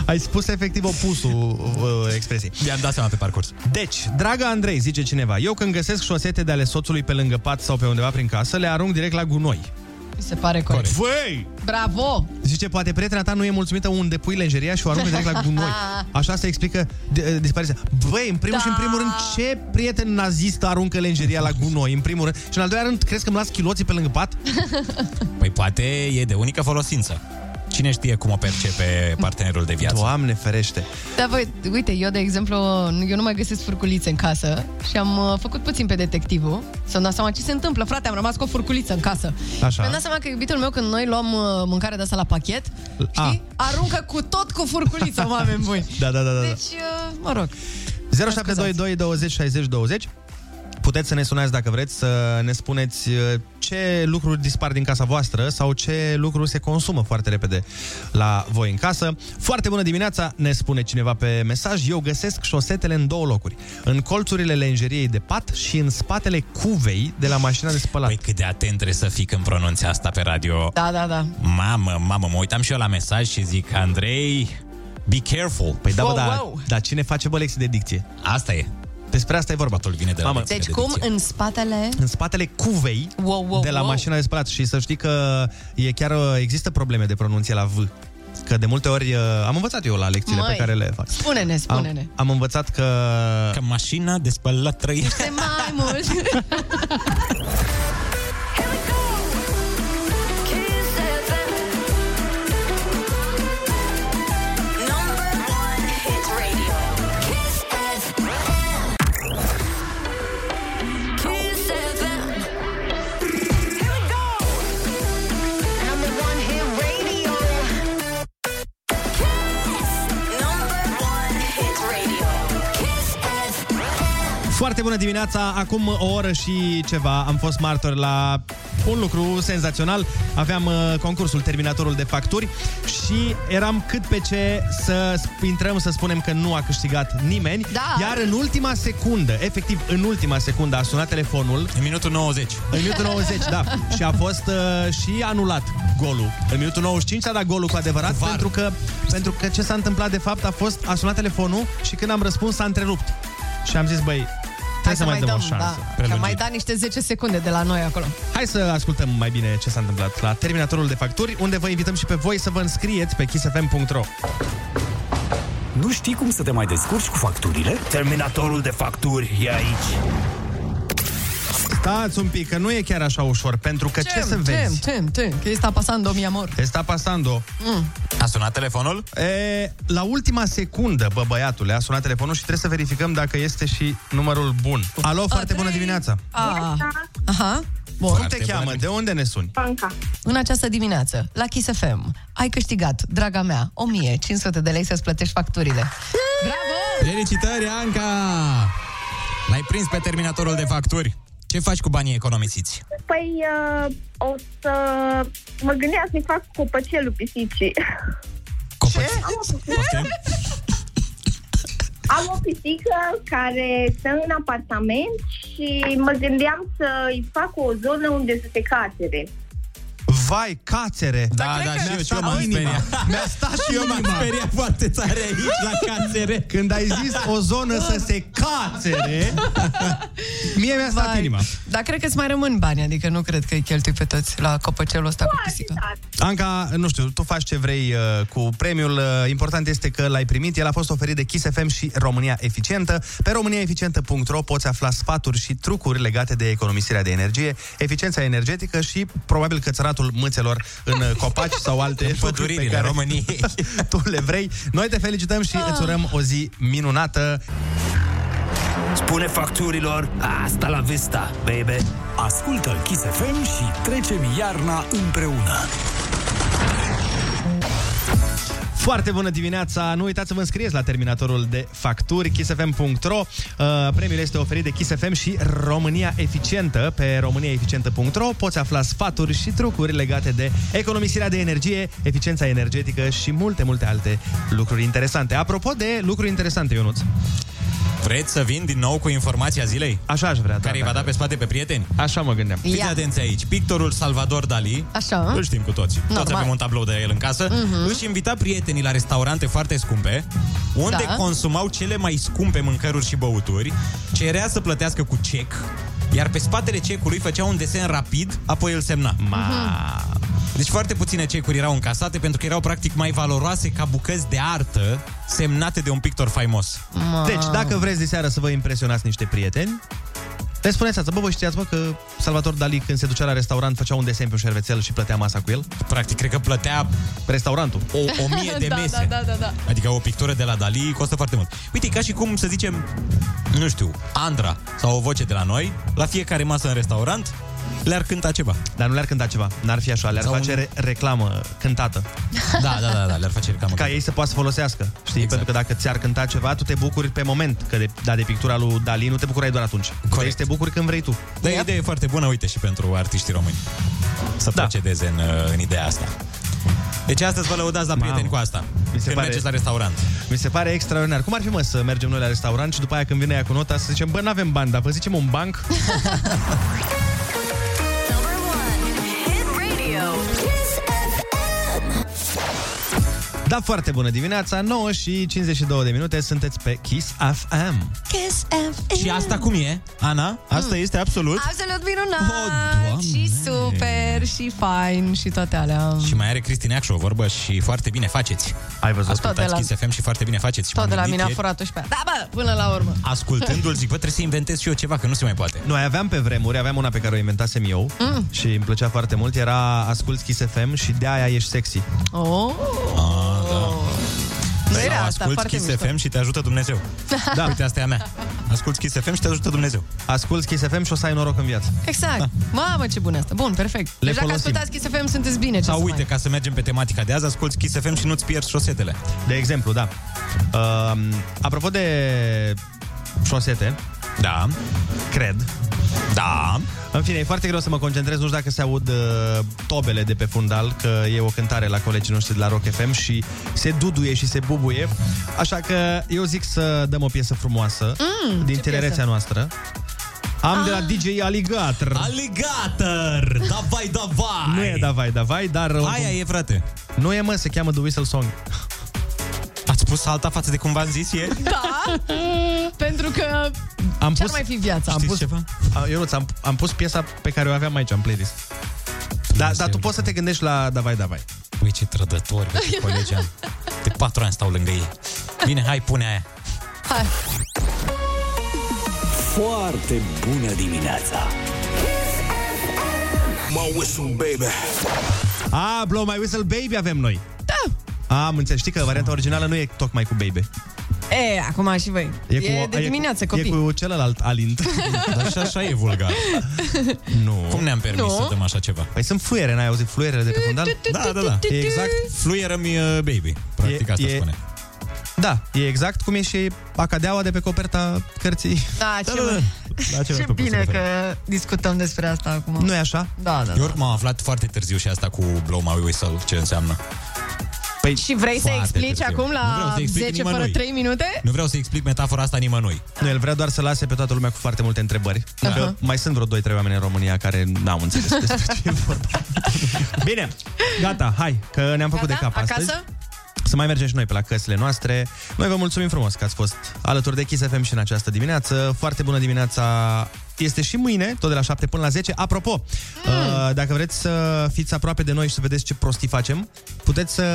S3: Ai spus efectiv opusul uh, expresiei.
S4: Mi-am dat seama pe parcurs.
S3: Deci, draga Andrei, zice cineva, eu când găsesc șosete de ale soțului pe lângă pat sau pe undeva prin casă, le arunc direct la gunoi.
S5: Mi se pare corect.
S3: Voi!
S5: Bravo!
S3: Zice, poate prietena ta nu e mulțumită unde pui lenjeria și o aruncă direct la gunoi. Așa se explică de- dispariția. Băi, în primul da. și în primul rând, ce prieten nazist aruncă lenjeria la gunoi? În primul rând. Și în al doilea rând, crezi că îmi las chiloții pe lângă pat?
S4: Păi poate e de unică folosință. Cine știe cum o percepe partenerul de viață?
S3: Doamne ferește!
S5: Da, voi, uite, eu, de exemplu, eu nu mai găsesc furculițe în casă și am uh, făcut puțin pe detectivul să-mi dau seama ce se întâmplă. Frate, am rămas cu o furculiță în casă.
S3: Așa.
S5: Și Mi-am dat seama că iubitul meu, când noi luăm uh, mâncare de asta la pachet, știi? aruncă cu tot cu furculiță, oameni buni.
S3: Da, da, da, da.
S5: Deci, uh, mă rog.
S3: 0722 20 60 20 Puteți să ne sunați dacă vreți, să ne spuneți uh, ce lucruri dispar din casa voastră sau ce lucruri se consumă foarte repede la voi în casă. Foarte bună dimineața, ne spune cineva pe mesaj. Eu găsesc șosetele în două locuri. În colțurile lenjeriei de pat și în spatele cuvei de la mașina de spălat.
S4: Păi cât de atent trebuie să fii când pronunți asta pe radio.
S5: Da, da, da.
S4: Mamă, mamă, mă uitam și eu la mesaj și zic, Andrei, be careful.
S3: Păi da, bă, da, dar cine face bă lecții de dicție?
S4: Asta e.
S3: Despre asta e vorba.
S4: Totul vine de la
S3: Mamă.
S4: lecție
S5: Deci
S4: de
S5: cum
S4: dicție.
S5: în spatele...
S3: în spatele cuvei
S5: Wow, wow,
S3: de la
S5: wow.
S3: mașina de spălat și să știi că e chiar uh, există probleme de pronunție la V. Că de multe ori uh, am învățat eu la lecțiile
S5: Măi,
S3: pe care le fac.
S5: Spune-ne, spune-ne.
S3: Am, am învățat că... Că
S4: mașina de spălat trăiește.
S5: De mai mult.
S3: Foarte bună dimineața! Acum o oră și ceva am fost martor la Un lucru senzațional. Aveam uh, concursul Terminatorul de Facturi și eram cât pe ce să sp- intrăm să spunem că nu a câștigat nimeni.
S5: Da.
S3: Iar în ultima secundă, efectiv în ultima secundă a sunat telefonul.
S4: În minutul 90.
S3: În minutul 90, da. Și a fost uh, și anulat golul. În minutul 95 s-a dat golul cu adevărat pentru că, pentru că ce s-a întâmplat de fapt a fost a sunat telefonul și când am răspuns s-a întrerupt. Și am zis, băi,
S5: Hai
S3: trebuie să mai dăm o șansă.
S5: Da. Că
S3: prelungire.
S5: mai da niște 10 secunde de la noi acolo.
S3: Hai să ascultăm mai bine ce s-a întâmplat la Terminatorul de Facturi, unde vă invităm și pe voi să vă înscrieți pe kissfm.ro.
S1: Nu știi cum să te mai descurci cu facturile? Terminatorul de facturi e aici.
S3: Stați un pic, că nu e chiar așa ușor, pentru că ce, ce să vezi?
S5: Tem, tem, tem, că este pasando, mi amor.
S3: Está pasando.
S5: Mm.
S4: A sunat telefonul?
S3: E, la ultima secundă, bă, băiatule, a sunat telefonul și trebuie să verificăm dacă este și numărul bun. Alo, foarte bună dimineața!
S5: Ah. Aha.
S3: Bun. Cum te cheamă? De unde ne suni?
S5: Banca. În această dimineață, la Kiss FM, ai câștigat, draga mea, 1500 de lei să-ți plătești facturile.
S4: Felicitări, Anca! L-ai prins pe terminatorul de facturi. Ce faci cu banii economisiți?
S2: Păi uh, o să mă gândeam să-i fac copăcelul pisicii.
S4: Copăcel?
S2: Am o pisică care stă în apartament și mă gândeam să-i fac o zonă unde să se catere.
S3: Vai, cațere!
S4: Da, da, și eu, și eu m-am speriat.
S3: Mi-a stat și
S4: Și eu m-am
S3: inima.
S4: speriat foarte tare aici, la cațere.
S3: Când ai zis o zonă să se cațere, mie mi-a stat
S5: Vai.
S3: inima.
S5: Dar cred că îți mai rămân bani, adică nu cred că îi cheltui pe toți la copăcelul ăsta cu pisica.
S2: Da,
S3: Anca, nu știu, tu faci ce vrei uh, cu premiul. Uh, important este că l-ai primit. El a fost oferit de Kiss FM și România Eficientă. Pe româniaeficientă.ro poți afla sfaturi și trucuri legate de economisirea de energie, eficiența energetică și probabil cățăratul mâțelor în uh, copaci sau alte lucruri pe
S4: pădurile
S3: care
S4: României.
S3: tu le vrei. Noi te felicităm și îți urăm o zi minunată.
S1: Spune facturilor, asta la vista, baby. Ascultă Kiss FM și trecem iarna împreună.
S3: Foarte bună dimineața! Nu uitați să vă înscrieți la terminatorul de facturi kissfm.ro Uh, Premiul este oferit de Kiss FM și România Eficientă. Pe româniaeficientă.ro poți afla sfaturi și trucuri legate de economisirea de energie, eficiența energetică și multe, multe alte lucruri interesante. Apropo de lucruri interesante, Ionuț.
S4: Vreți să vin din nou cu informația zilei?
S3: Așa aș vrea, da.
S4: Care îi va da pe spate pe prieteni?
S3: Așa mă gândeam.
S4: Fiți
S5: Ia.
S4: atenți aici. Pictorul Salvador Dali,
S5: Așa.
S4: îl știm cu toți, toți
S5: Normal.
S4: avem un tablou de el în casă,
S5: Mhm.
S4: își invita prietenii la restaurante foarte scumpe, unde
S5: Da.
S4: consumau cele mai scumpe mâncăruri și băuturi, cerea să plătească cu cec, iar pe spatele cecului făcea un desen rapid, apoi îl semna.
S5: Mhm.
S4: Ma. Deci foarte puține cecuri erau încasate pentru că erau practic mai valoroase ca bucăți de artă semnate de un pictor faimos.
S5: Ma.
S3: Deci, dacă vreți de seară să vă impresionați niște prieteni, le spuneți asta, bă, voi știați, bă, că Salvator Dali, când se ducea la restaurant, făcea un desen pe un șervețel și plătea masa cu el?
S4: Practic, cred că plătea...
S3: Restaurantul.
S4: O, o mie de
S5: da,
S4: mese.
S5: Da, da, da, da.
S4: Adică o pictură de la Dali costă foarte mult. Uite, e ca și cum să zicem, nu știu, Andra sau o voce de la noi, la fiecare masă în restaurant, le-ar cânta ceva.
S3: Dar nu le-ar cânta ceva, n-ar fi așa, le-ar
S4: Sau
S3: face
S4: un-
S3: re- reclamă cântată.
S4: Da, da, da, da le-ar face reclamă.
S3: Ca ei să poată să folosească, știi? Exact. Pentru că dacă ți-ar cânta ceva, tu te bucuri pe moment, că de, da, de pictura lui Dali nu te bucurai doar atunci. Corect. Te bucuri când vrei tu.
S4: Da, e o idee foarte bună, uite, și pentru artiștii români. Să da. procedeze în, uh, în ideea asta. Deci astăzi vă lăudați la prieteni cu asta. Mi se când
S3: pare-
S4: mergeți la restaurant.
S3: Mi se pare extraordinar. Cum ar fi, mă, să mergem noi la restaurant și după aia când vine ea cu nota să zicem, bă, n-avem bani, dar vă zicem un banc?
S12: Hit radio. Kiss FM.
S3: da, foarte bună dimineața, 9 și 52 de minute, sunteți pe Kiss FM.
S5: Kiss FM.
S4: Și asta cum e, Ana? Asta este absolut.
S5: Absolut minunat oh, și super și fain și toate alea.
S4: Și mai are Cristina Acșu o vorbă și foarte bine faceți. Ai văzut?
S5: Tot
S4: Ascultați
S5: de la-
S4: Kiss FM și foarte bine faceți. Și
S5: Tot
S4: m-am
S5: de la
S4: gândit
S5: mine a
S4: ieri-
S5: furat-o și pe aia. Da, bă, până la urmă.
S4: Ascultându-l zic, bă, trebuie să inventez și eu ceva, că nu se mai poate.
S3: Noi aveam pe vremuri, aveam una pe care o inventasem eu mm. și îmi plăcea foarte mult, era Ascult Kiss FM și de-aia ești sexy.
S5: Oh.
S4: Ah, da.
S5: Nu
S4: Sau
S5: era asta,
S4: asculti
S5: foarte
S4: Kiss
S5: mișto.
S4: FM și te ajută Dumnezeu.
S3: Da.
S4: Uite, asta e a mea. Asculti Kiss FM și te ajută Dumnezeu.
S3: Ascult Kiss FM și o să ai noroc în viață.
S5: Exact. Da. Mamă, ce bună asta. Bun, perfect.
S4: Le
S5: Deja că
S4: folosim.
S5: ascultați Kiss FM, sunteți bine. Ce
S4: Sau
S5: să
S4: uite,
S5: mai...
S4: ca să mergem pe tematica de azi, asculti Kiss FM și nu-ți pierzi șosetele.
S3: De exemplu, da. Uh, apropo de șosete,
S4: da.
S3: cred Da. În fine, e foarte greu să mă concentrez, nu știu dacă se aud uh, tobele de pe fundal, că e o cântare la colegii noștri de la Rock FM și se duduie și se bubuie. Așa că eu zic să dăm o piesă frumoasă
S5: Mm,
S3: din
S5: ce
S3: tinerețea
S5: piesă? Ah.
S3: noastră. Am de la DJ Alligator.
S4: Alligator! Da, Davai, davai!
S3: Nu e davai, davai, dar...
S4: Aia e, frate.
S3: Nu e, mă, se cheamă The Whistle Song.
S4: Ați pus alta față de cum v-am zis ieri?
S5: Da, pentru că
S3: Am
S5: ce-ar
S3: pus-
S5: mai fi viața?
S3: Am pus, ceva? Eu am, am pus piesa pe care o aveam aici în playlist. Da, dar tu poți să te gândești la Davai Davai.
S4: Păi ce trădători, bă, ce colegi am. De patru ani stau lângă ei. Bine, hai, pune aia.
S5: Hai.
S1: Foarte bună dimineața! My whistle, baby!
S3: A, Blow My Whistle Baby avem noi.
S5: Da.
S3: Am înțeles. Știi că varianta originală nu e tocmai cu baby.
S5: E, acum și voi. E, e de dimineață,
S3: e cu,
S5: copii.
S3: E cu celălalt alint.
S4: Dar și așa e vulgar.
S3: Nu.
S4: Cum ne-am permis
S5: Nu.
S4: să dăm așa ceva?
S3: Păi sunt fluiere, n-ai auzit fluierele de pe fundal?
S4: Da, da, da.
S3: E exact.
S4: Fluierăm e, baby. Practic
S3: E-
S4: asta
S3: e-
S4: spune.
S3: Da, e exact cum e și acadeaua de pe coperta cărții.
S5: Da, ce,
S3: da, da. La
S5: ce,
S3: ce
S5: ce
S3: mă
S5: bine
S3: pot să
S5: că discutăm despre asta acum.
S3: Nu e așa?
S5: Da, da.
S4: Eu
S5: da.
S4: oricum am aflat foarte târziu și asta cu Blow My Whistle, ce înseamnă.
S3: Păi,
S5: Și vrei să explici acum
S4: Nu vreau
S5: la
S4: să explic
S5: 10 fără
S4: nimănui.
S5: 3 minute?
S4: Nu vreau să explic metafora asta nimănui. Da.
S3: Nu, el vrea doar să lase pe toată lumea cu foarte multe întrebări.
S5: Aha.
S3: Că mai sunt vreo 2-3 oameni în România care n-au înțeles despre ce e vorba. Bine, gata, hai, că ne-am făcut de cap astăzi.
S5: Da, Acasă?
S3: Să mai mergem și noi pe la căsile noastre. Noi vă mulțumim frumos că ați fost alături de Kiss FM și în această dimineață. Foarte bună dimineața este și mâine, tot de la 7 până la 10. Apropo, mm. dacă vreți să fiți aproape de noi și să vedeți ce prostii facem, puteți să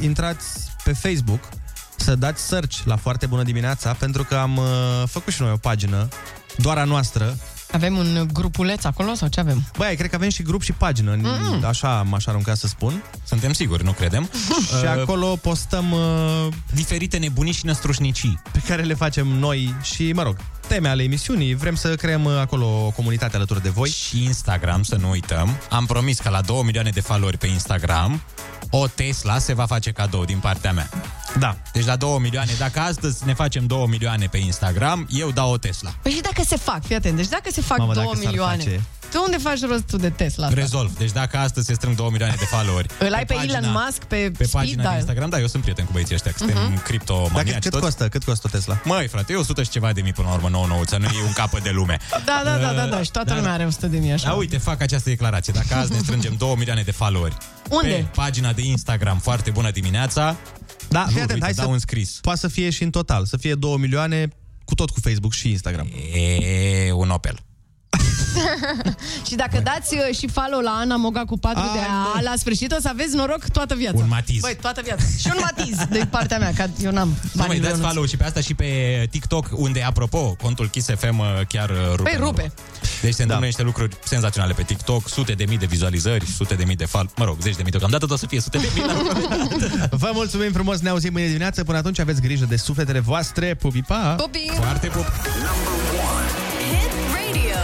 S3: intrați pe Facebook, să dați search la Foarte Bună Dimineața, pentru că am uh, făcut și noi o pagină, doar a noastră.
S5: Avem un grupuleț acolo sau ce avem?
S3: Băi, cred că avem și grup și pagină, mm. așa m-aș arunca să spun.
S4: Suntem siguri, nu credem.
S3: Și
S4: Uh,
S3: acolo postăm uh,
S4: diferite nebunii și năstrușnicii
S3: pe care le facem noi și, mă rog, teme ale emisiunii. Vrem să creăm uh, acolo o comunitate alături de voi.
S4: Păi și Instagram, să nu uităm. Am promis că la 2 milioane de followeri pe Instagram, o Tesla se va face cadou din partea mea.
S3: Da.
S4: Deci la 2 milioane, dacă astăzi ne facem 2 milioane pe Instagram, eu dau o Tesla.
S5: Păi și dacă se fac, fii atent, deci dacă se fac
S4: Mamă,
S5: 2
S4: dacă s-ar
S5: milioane,
S4: face.
S5: tu unde faci rost tu de Tesla? asta?
S4: Rezolv. Deci dacă astăzi se strâng 2 milioane de followeri.
S5: Îl ai pe, Elon Musk pe,
S4: Pe
S5: speed
S4: pagina de
S5: dial.
S4: Instagram, da, eu sunt prieten cu băieții ăștia, că suntem
S5: Mhm.
S4: cripto
S3: Dacă, cât costă? Cât costă Tesla?
S4: Măi, frate, e 100 și ceva de mii până la urmă, 9 nouță, nu e un capăt de lume.
S5: Da, da, da, da, da, și toată
S4: Da,
S5: lumea
S4: da.
S5: are 100 de mii așa.
S4: Da, uite, fac această declarație. Dacă azi ne strângem 2 milioane de followeri
S5: Unde?
S4: pe pagina de Instagram Foarte Bună Dimineața,
S3: Da,
S4: nu,
S3: fii atent,
S4: uite,
S3: hai
S4: dau
S3: să-
S4: un scris.
S3: Poate să fie și în total, să fie 2 milioane cu tot cu Facebook și Instagram.
S4: E un Opel.
S5: și dacă dați uh, și follow la Ana Moga cu 4 de A, la sfârșit o să aveți noroc toată viața.
S4: Un matiz.
S5: Băi, toată viața. Și un matiz de partea mea, că eu n-am
S4: Nu
S5: bani.
S4: mai dați follow și pe asta și pe TikTok, unde, apropo, contul Kiss FM uh, chiar uh, rupe.
S5: Păi rupe.
S4: Deci se întâmplă da. niște lucruri senzaționale pe TikTok, sute de mii de vizualizări, sute de mii de fal, mă rog, zeci de mii deocamdată, tot o să fie sute de mii. dar-
S3: Vă mulțumim frumos, ne auzim mâine dimineață. Până atunci aveți grijă de sufletele voastre. Pupi, pa!
S5: Pupi!
S4: Foarte pup!
S12: Hit Radio.